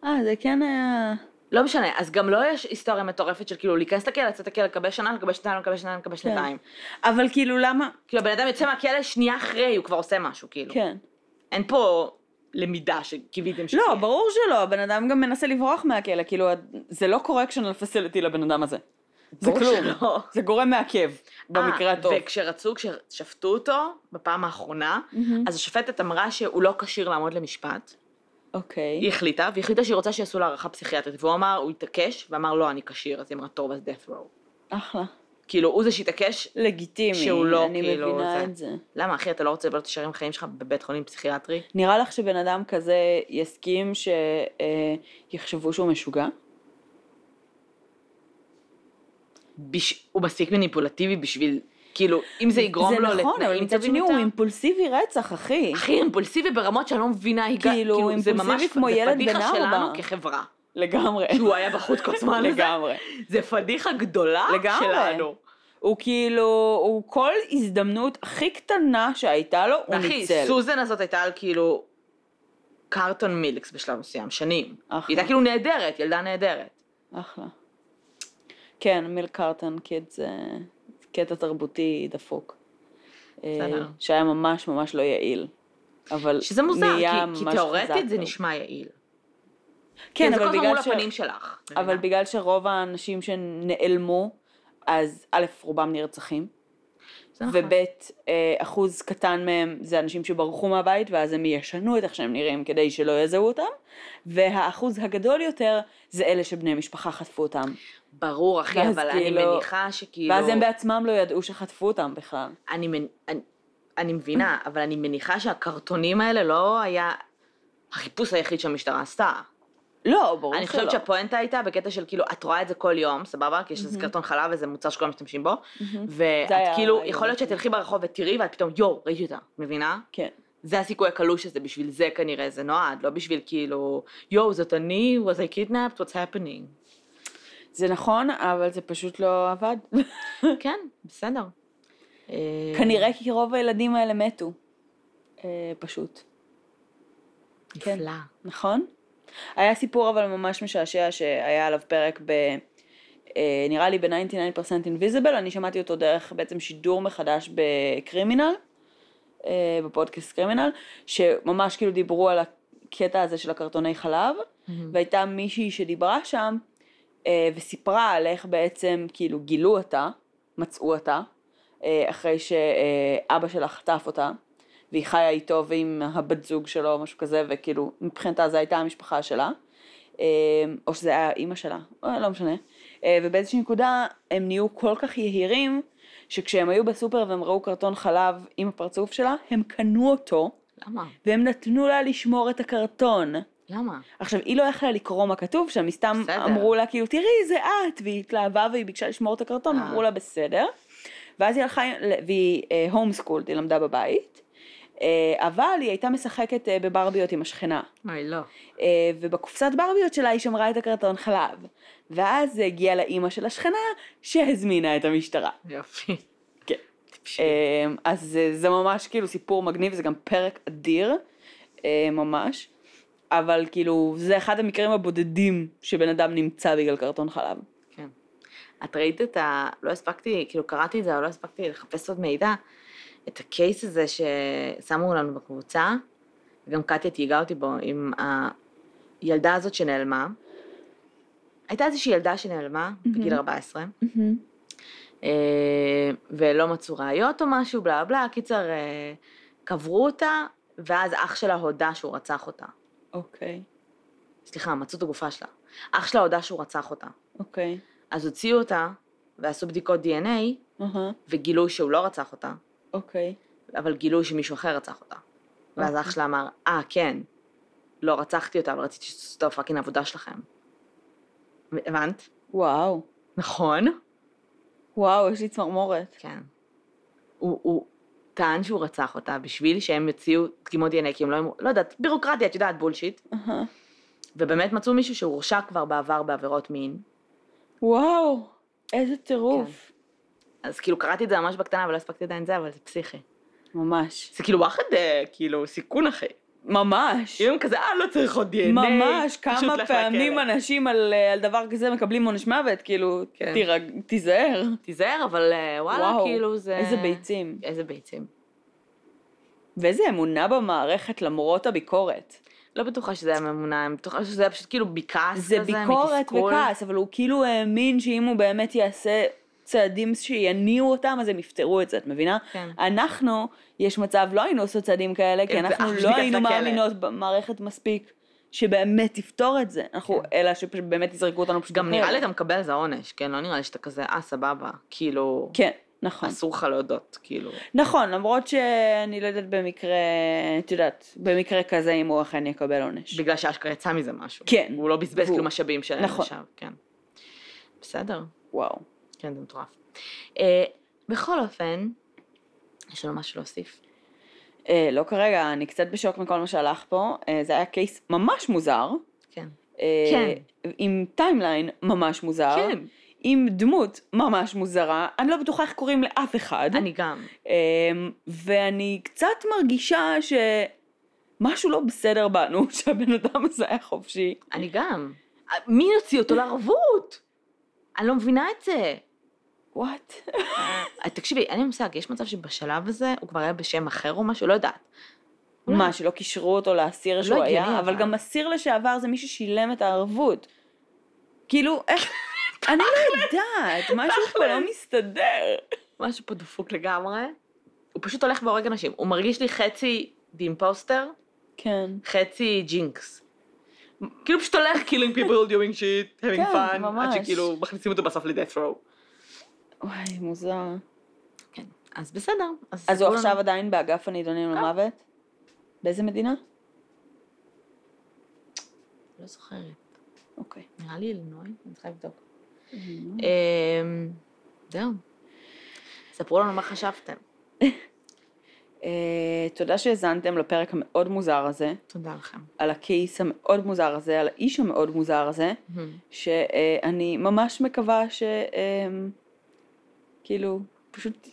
Speaker 2: אה, זה כן היה...
Speaker 1: לא משנה, אז גם לו יש היסטוריה מטורפת של כאילו להיכנס לכלא, לצאת לכלא, לקבל שנה, לקבל שנתיים, לקבל שנתיים, לקבל
Speaker 2: כן.
Speaker 1: שנתיים.
Speaker 2: אבל כאילו למה...
Speaker 1: כאילו הבן אדם יוצא מהכלא שנייה אחרי, הוא כבר עושה משהו, כאילו.
Speaker 2: כן.
Speaker 1: אין פה למידה שקיוויתם שתהיה.
Speaker 2: לא, ברור שלא, הבן אדם גם מנסה לברוח מהכלא, כאילו זה לא קורקשנל פסיליטי לבן אדם הזה. זה
Speaker 1: ברור
Speaker 2: כלום.
Speaker 1: שלא.
Speaker 2: זה גורם מעכב, במקרה
Speaker 1: אה,
Speaker 2: הטוב.
Speaker 1: וכשרצו, כששפטו אותו בפעם האחרונה,
Speaker 2: מהמם.
Speaker 1: אז השופטת אמרה שהוא לא כשיר לעמוד למשפט.
Speaker 2: אוקיי.
Speaker 1: היא החליטה, והיא החליטה שהיא רוצה שיעשו לה הערכה פסיכיאטרית. והוא אמר, הוא התעקש, ואמר, לא, אני כשיר, אז היא אמרה, טוב, אז death row.
Speaker 2: אחלה.
Speaker 1: כאילו, הוא זה שהתעקש,
Speaker 2: לגיטימי.
Speaker 1: שהוא לא,
Speaker 2: אני
Speaker 1: כאילו,
Speaker 2: מבינה
Speaker 1: זה.
Speaker 2: את זה.
Speaker 1: למה, אחי, אתה לא רוצה, לא תישאר עם החיים שלך בבית חולים פסיכיאטרי?
Speaker 2: נראה לך שבן אדם כזה יסכים שיחשבו שהוא משוגע?
Speaker 1: בש... הוא מספיק מניפולטיבי בשביל, כאילו, אם זה יגרום לו
Speaker 2: זה נכון, אבל
Speaker 1: לתנאים
Speaker 2: מצד
Speaker 1: טובים
Speaker 2: שני הוא
Speaker 1: יותר-
Speaker 2: אימפולסיבי רצח, אחי.
Speaker 1: הכי אימפולסיבי ברמות שאני לא מבינה, היא גם-
Speaker 2: כאילו,
Speaker 1: זה
Speaker 2: אימפולסיבי
Speaker 1: ממש-
Speaker 2: כמו ילד
Speaker 1: זה
Speaker 2: בן
Speaker 1: פדיחה
Speaker 2: ארבע.
Speaker 1: שלנו כחברה.
Speaker 2: לגמרי.
Speaker 1: שהוא היה בחוץ כל הזמן הזה.
Speaker 2: לגמרי.
Speaker 1: זה פדיחה גדולה
Speaker 2: לגמרי.
Speaker 1: שלנו.
Speaker 2: הוא כאילו, הוא כל הזדמנות הכי קטנה שהייתה לו, הוא
Speaker 1: אחי,
Speaker 2: ניצל.
Speaker 1: סוזן הזאת הייתה על כאילו קרטון מילקס בשלב מסוים, שנים.
Speaker 2: אחלה.
Speaker 1: היא הייתה כאילו נהדרת, ילדה נהדרת.
Speaker 2: אחלה. כן, מיל קרטון קיד זה קטע תרבותי דפוק. אה,
Speaker 1: בסדר.
Speaker 2: שהיה ממש ממש לא יעיל. אבל
Speaker 1: שזה מוזר,
Speaker 2: נהיה
Speaker 1: כי, כי
Speaker 2: ממש חזק
Speaker 1: תיאורטית זה
Speaker 2: לו.
Speaker 1: נשמע יעיל. כי
Speaker 2: כן,
Speaker 1: זה
Speaker 2: אבל
Speaker 1: כל הזמן מול
Speaker 2: בגלל, ש...
Speaker 1: הפנים שלך.
Speaker 2: אבל
Speaker 1: מבינה?
Speaker 2: בגלל שרוב האנשים שנעלמו, אז א', רובם נרצחים.
Speaker 1: זה נכון.
Speaker 2: ובית אה, אחוז קטן מהם זה אנשים שברחו מהבית ואז הם ישנו את איך שהם נראים כדי שלא יזהו אותם, והאחוז הגדול יותר זה אלה שבני משפחה חטפו אותם,
Speaker 1: ברור, אחי,
Speaker 2: ואז
Speaker 1: אבל
Speaker 2: כאילו-
Speaker 1: אני מניחה שכאילו...
Speaker 2: ואז הם בעצמם לא ידעו שחטפו אותם בכלל.
Speaker 1: אני, מנ... אני, אני מבינה, אבל אני מניחה שהקרטונים האלה לא היה החיפוש היחיד שהמשטרה עשתה.
Speaker 2: לא, ברור שלא.
Speaker 1: אני חושבת שהפואנטה הייתה בקטע של כאילו, את רואה את זה כל יום, סבבה? כי יש איזה
Speaker 2: מהמם.
Speaker 1: קרטון חלב וזה מוצר שכולם משתמשים בו.
Speaker 2: מהמם. Mhm. זה
Speaker 1: ואת
Speaker 2: היה
Speaker 1: כאילו,
Speaker 2: הרעיון.
Speaker 1: יכול להיות שתלכי ברחוב ותראי ואת פתאום, יואו, ראיתי אותה, מבינה?
Speaker 2: כן.
Speaker 1: זה הסיכוי הקלוש הזה, בשביל זה כנראה זה נועד, לא בשביל כאילו, יואו, זאת אני, was I kidnapped, what's happening.
Speaker 2: זה נכון, אבל זה פשוט לא עבד.
Speaker 1: כן, בסדר. אה,
Speaker 2: כנראה כי רוב הילדים האלה מתו. אה, פשוט. כן.
Speaker 1: נפלא.
Speaker 2: נכון? היה סיפור אבל ממש משעשע שהיה עליו פרק ב... אה, נראה לי ב-99% Invisible, אני שמעתי אותו דרך בעצם שידור מחדש בקרימינל, אה, בפודקאסט קרימינל, שממש כאילו דיברו על הקטע הזה של הקרטוני חלב, והייתה מישהי שדיברה שם אה, וסיפרה על איך בעצם כאילו גילו אותה, מצאו אותה, אה, אחרי שאבא שלה חטף אותה, והיא חיה איתו ועם הבת זוג שלו, משהו כזה, וכאילו מבחינתה זו הייתה המשפחה שלה, אה, או שזה היה אימא שלה, אה, לא משנה, אה, ובאיזושהי נקודה הם נהיו כל כך יהירים, שכשהם היו בסופר והם ראו קרטון חלב עם הפרצוף שלה, הם קנו אותו,
Speaker 1: למה?
Speaker 2: והם נתנו לה לשמור את הקרטון.
Speaker 1: למה?
Speaker 2: עכשיו, היא לא יכלה לקרוא מה כתוב שם, היא סתם
Speaker 1: בסדר.
Speaker 2: אמרו לה, כאילו, תראי, זה את, והיא התלהבה והיא ביקשה לשמור את הקרטון,
Speaker 1: אה.
Speaker 2: אמרו לה, בסדר. ואז היא הלכה, ל- והיא הום סקולד, היא למדה בבית, אה, אבל היא הייתה משחקת אה, בברביות עם השכנה.
Speaker 1: אוי, לא.
Speaker 2: אה, ובקופסת ברביות שלה היא שמרה את הקרטון חלב. ואז זה הגיע לאימא של השכנה, שהזמינה את המשטרה.
Speaker 1: יופי.
Speaker 2: כן.
Speaker 1: טיפשי.
Speaker 2: אה, אז זה- זה ממש כאילו סיפור מגניב, זה גם פרק אדיר, אה, ממש. אבל כאילו, זה אחד המקרים הבודדים שבן אדם נמצא בגלל קרטון חלב.
Speaker 1: כן. את ראית את ה... לא הספקתי, כאילו קראתי את זה, אבל לא הספקתי לחפש עוד מידע. את הקייס הזה ששמו לנו בקבוצה, גם קטיה תהיגה אותי בו, עם הילדה הזאת שנעלמה. הייתה איזושהי ילדה שנעלמה בגיל 14, אה, ולא מצאו ראיות או משהו, בלה בלה, קיצר, אה, קברו אותה, ואז אח שלה הודה שהוא רצח אותה.
Speaker 2: אוקיי,
Speaker 1: סליחה, מצאו את הגופה שלה. אח שלה הודה שהוא רצח אותה.
Speaker 2: אוקיי.
Speaker 1: אז הוציאו אותה, ועשו בדיקות DNA,
Speaker 2: אהה,
Speaker 1: וגילו שהוא לא רצח אותה,
Speaker 2: אוקיי.
Speaker 1: אבל גילו שמישהו אחר רצח אותה. ואז אח
Speaker 2: אוקיי.
Speaker 1: שלה אמר, אה, כן, לא רצחתי אותה, אבל רציתי שתעשו את הפאקינג עבודה שלכם. הבנת?
Speaker 2: וואו,
Speaker 1: נכון.
Speaker 2: וואו, יש לי צמרמורת.
Speaker 1: כן. הוא, הוא טען שהוא רצח אותה בשביל שהם יוציאו דגימות DNA, כי הם לא... יאמרו- לא יודעת, בירוקרטיה, את יודעת, בולשיט.
Speaker 2: אהה.
Speaker 1: ובאמת מצאו מישהו שהורשע כבר בעבר בעבירות מין.
Speaker 2: וואו, איזה טירוף.
Speaker 1: אז כאילו קראתי את זה ממש בקטנה, אבל לא הספקתי עדיין זה, אבל זה פסיכי.
Speaker 2: כן, ממש.
Speaker 1: זה כאילו וואחד, אה, כאילו, סיכון אחי.
Speaker 2: ממש.
Speaker 1: אם הם כזה, אה, לא צריך עוד דנ"א.
Speaker 2: ממש,
Speaker 1: פשוט
Speaker 2: כמה
Speaker 1: לך
Speaker 2: פעמים
Speaker 1: לכלא."
Speaker 2: אנשים על אה, על דבר כזה מקבלים עונש מוות, כאילו,
Speaker 1: כן.
Speaker 2: תירג- תיזהר.
Speaker 1: תיזהר, אבל אה, וואלה,
Speaker 2: וואו,
Speaker 1: כאילו זה...
Speaker 2: איזה ביצים.
Speaker 1: איזה ביצים.
Speaker 2: ואיזה אמונה במערכת למרות הביקורת.
Speaker 1: לא בטוחה שזה היה ממונה, אני בטוחה שזה היה פשוט כאילו בכעס כזה,
Speaker 2: זה ביקורת
Speaker 1: מתסכול.
Speaker 2: וכעס, אבל הוא כאילו האמין שאם הוא באמת יעשה צעדים שיניעו אותם, אז הם יפתרו את זה, את מבינה?
Speaker 1: כן.
Speaker 2: אנחנו, יש מצב, לא היינו עושות צעדים כאלה, כי
Speaker 1: כן, ואח
Speaker 2: אנחנו
Speaker 1: שלי
Speaker 2: לא
Speaker 1: ייכנס
Speaker 2: היינו
Speaker 1: לכלא.
Speaker 2: מאמינות במערכת מספיק שבאמת תפתור את זה. אנחנו אלה שבאמת יזרקו אותנו פשוט.
Speaker 1: כן. גם נראה לי
Speaker 2: לכלא.
Speaker 1: אתה מקבל על זה עונש, כן? לא נראה לי שאתה כזה, אה, סבבה. כאילו,
Speaker 2: כן, נכון.
Speaker 1: אסור לך להודות, כאילו.
Speaker 2: נכון, למרות שאני לא יודעת במקרה, את יודעת, במקרה כזה אם הוא אכן יקבל עונש.
Speaker 1: בגלל שאשכרה יצא מזה משהו.
Speaker 2: כן.
Speaker 1: הוא לא בזבז
Speaker 2: והוא-
Speaker 1: כאילו משאבים שלהם
Speaker 2: נכון.
Speaker 1: עכשיו, כן. בסדר.
Speaker 2: וואו.
Speaker 1: כן, זה מטורף. אה, בכל אופן, יש לנו משהו להוסיף.
Speaker 2: אה, לא כרגע, אני קצת בשוק מכל מה שהלך פה. אה, זה היה קייס ממש מוזר.
Speaker 1: כן.
Speaker 2: אה,
Speaker 1: כן.
Speaker 2: עם טיימליין ממש מוזר.
Speaker 1: כן,
Speaker 2: עם דמות ממש מוזרה. אני לא בטוחה איך קוראים לאף אחד.
Speaker 1: אני גם.
Speaker 2: אמ, ואני קצת מרגישה שמשהו לא בסדר בנו, שהבן אדם הזה היה חופשי.
Speaker 1: אני גם. מי יוציא אותו לערבות? אני לא מבינה את זה.
Speaker 2: וואט?
Speaker 1: אה, תקשיבי, אין לי מושג, יש מצב שבשלב הזה הוא כבר היה בשם אחר או משהו? לא יודעת. אולי.
Speaker 2: מה, שלא קישרו אותו לאסיר
Speaker 1: לא
Speaker 2: שהוא
Speaker 1: הגיוני,
Speaker 2: היה? אבל
Speaker 1: אבל.
Speaker 2: גם אסיר לשעבר זה מי ששילם את הערבות. כאילו, איך... אני לא יודעת, משהו פה לא מסתדר.
Speaker 1: משהו פה דפוק לגמרי. הוא פשוט הולך והורג אנשים. הוא מרגיש לי חצי דימפוסטר,
Speaker 2: כן.
Speaker 1: חצי ג'ינקס. כאילו פשוט הולך killing people, doing shit, having
Speaker 2: כן,
Speaker 1: fun,
Speaker 2: ממש.
Speaker 1: עד שכאילו מכניסים אותו בסוף לדאט row.
Speaker 2: וואי, מוזר.
Speaker 1: אז בסדר.
Speaker 2: אז
Speaker 1: סגרו
Speaker 2: הוא
Speaker 1: לנו-
Speaker 2: עכשיו עדיין באגף הנידונים
Speaker 1: כן.
Speaker 2: למוות? באיזה מדינה?
Speaker 1: לא זוכרת.
Speaker 2: אוקיי.
Speaker 1: נראה לי אלינוי, אני צריכה לבדוק. אמ, זהו. ספרו לנו מה חשבתם.
Speaker 2: אה, תודה שהאזנתם לפרק המאוד מוזר הזה,
Speaker 1: תודה לכם.
Speaker 2: על הקייס המאוד מוזר הזה, על האיש המאוד מוזר הזה, שאני ממש מקווה ש... אה, כאילו, פשוט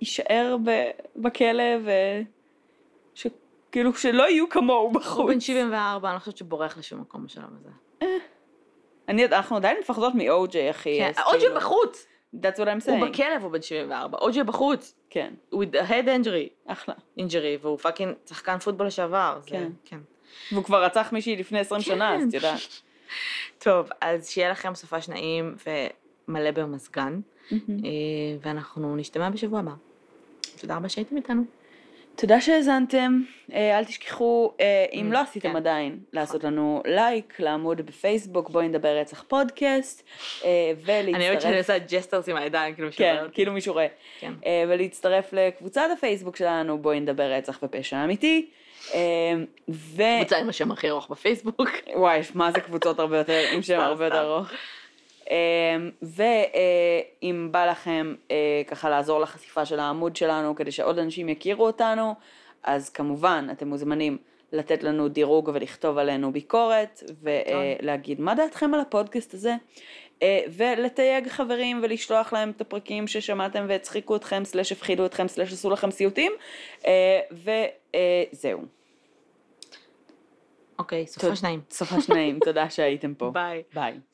Speaker 2: יישאר ב- בכלא ו... שכאילו, שלא יהיו כמוהו
Speaker 1: הוא בן
Speaker 2: בחוץ.
Speaker 1: 74, אני לא חושבת שבורח לשום מקום בשלב הזה.
Speaker 2: אני, אנחנו עדיין מפחדות מ-OJ, אחי.
Speaker 1: כן,
Speaker 2: אז
Speaker 1: אוג'ה
Speaker 2: כאילו-
Speaker 1: בחוץ!
Speaker 2: That's what I'm saying.
Speaker 1: הוא בכלב, הוא בן 74, אוג'ה בחוץ!
Speaker 2: כן,
Speaker 1: with a head injury,
Speaker 2: אחלה.
Speaker 1: injury, והוא פאקינג שחקן פוטבול לשעבר. זה-
Speaker 2: כן.
Speaker 1: כן.
Speaker 2: והוא כבר רצח מישהי לפני 20 שנה, אז
Speaker 1: כן.
Speaker 2: את יודעת.
Speaker 1: טוב, אז שיהיה לכם סופה שנעים ומלא במזגן, אה, ואנחנו נשתמע בשבוע הבא. תודה רבה שהייתם איתנו.
Speaker 2: תודה שהאזנתם. אה, אל תשכחו, אה, אם
Speaker 1: Mm,
Speaker 2: לא עשיתם
Speaker 1: כן.
Speaker 2: עדיין, לעשות לנו לייק, לעמוד בפייסבוק, בואי נדבר רצח פודקאסט, אה, ולהצטרף.
Speaker 1: אני אוהבת שאני עושה ג'סטרס עם הידיים, כאילו
Speaker 2: כן,
Speaker 1: משוברת.
Speaker 2: כאילו מישהו רואה.
Speaker 1: כן.
Speaker 2: אה, ולהצטרף לקבוצת הפייסבוק שלנו, בואי נדבר רצח ופשע אמיתי. אה, ו...
Speaker 1: קבוצה עם השם הכי ארוך בפייסבוק.
Speaker 2: וואי, מה זה קבוצות הרבה יותר, עם שם
Speaker 1: סתם,
Speaker 2: הרבה יותר
Speaker 1: סתם.
Speaker 2: ארוך. אמ, ואם בא לכם אה, ככה לעזור לחשיפה של העמוד שלנו כדי שעוד אנשים יכירו אותנו, אז כמובן אתם מוזמנים לתת לנו דירוג ולכתוב עלינו ביקורת
Speaker 1: נכון.
Speaker 2: ולהגיד מה דעתכם על הפודקאסט הזה אה, ולתייג חברים ולשלוח להם את הפרקים ששמעתם והצחיקו אתכם, סלש הפחידו אתכם, סלש עשו לכם סיוטים אה, וזהו.
Speaker 1: אוקיי, סופה
Speaker 2: טוב.
Speaker 1: שניים.
Speaker 2: סוף השניים, תודה שהייתם פה.
Speaker 1: ביי.
Speaker 2: ביי.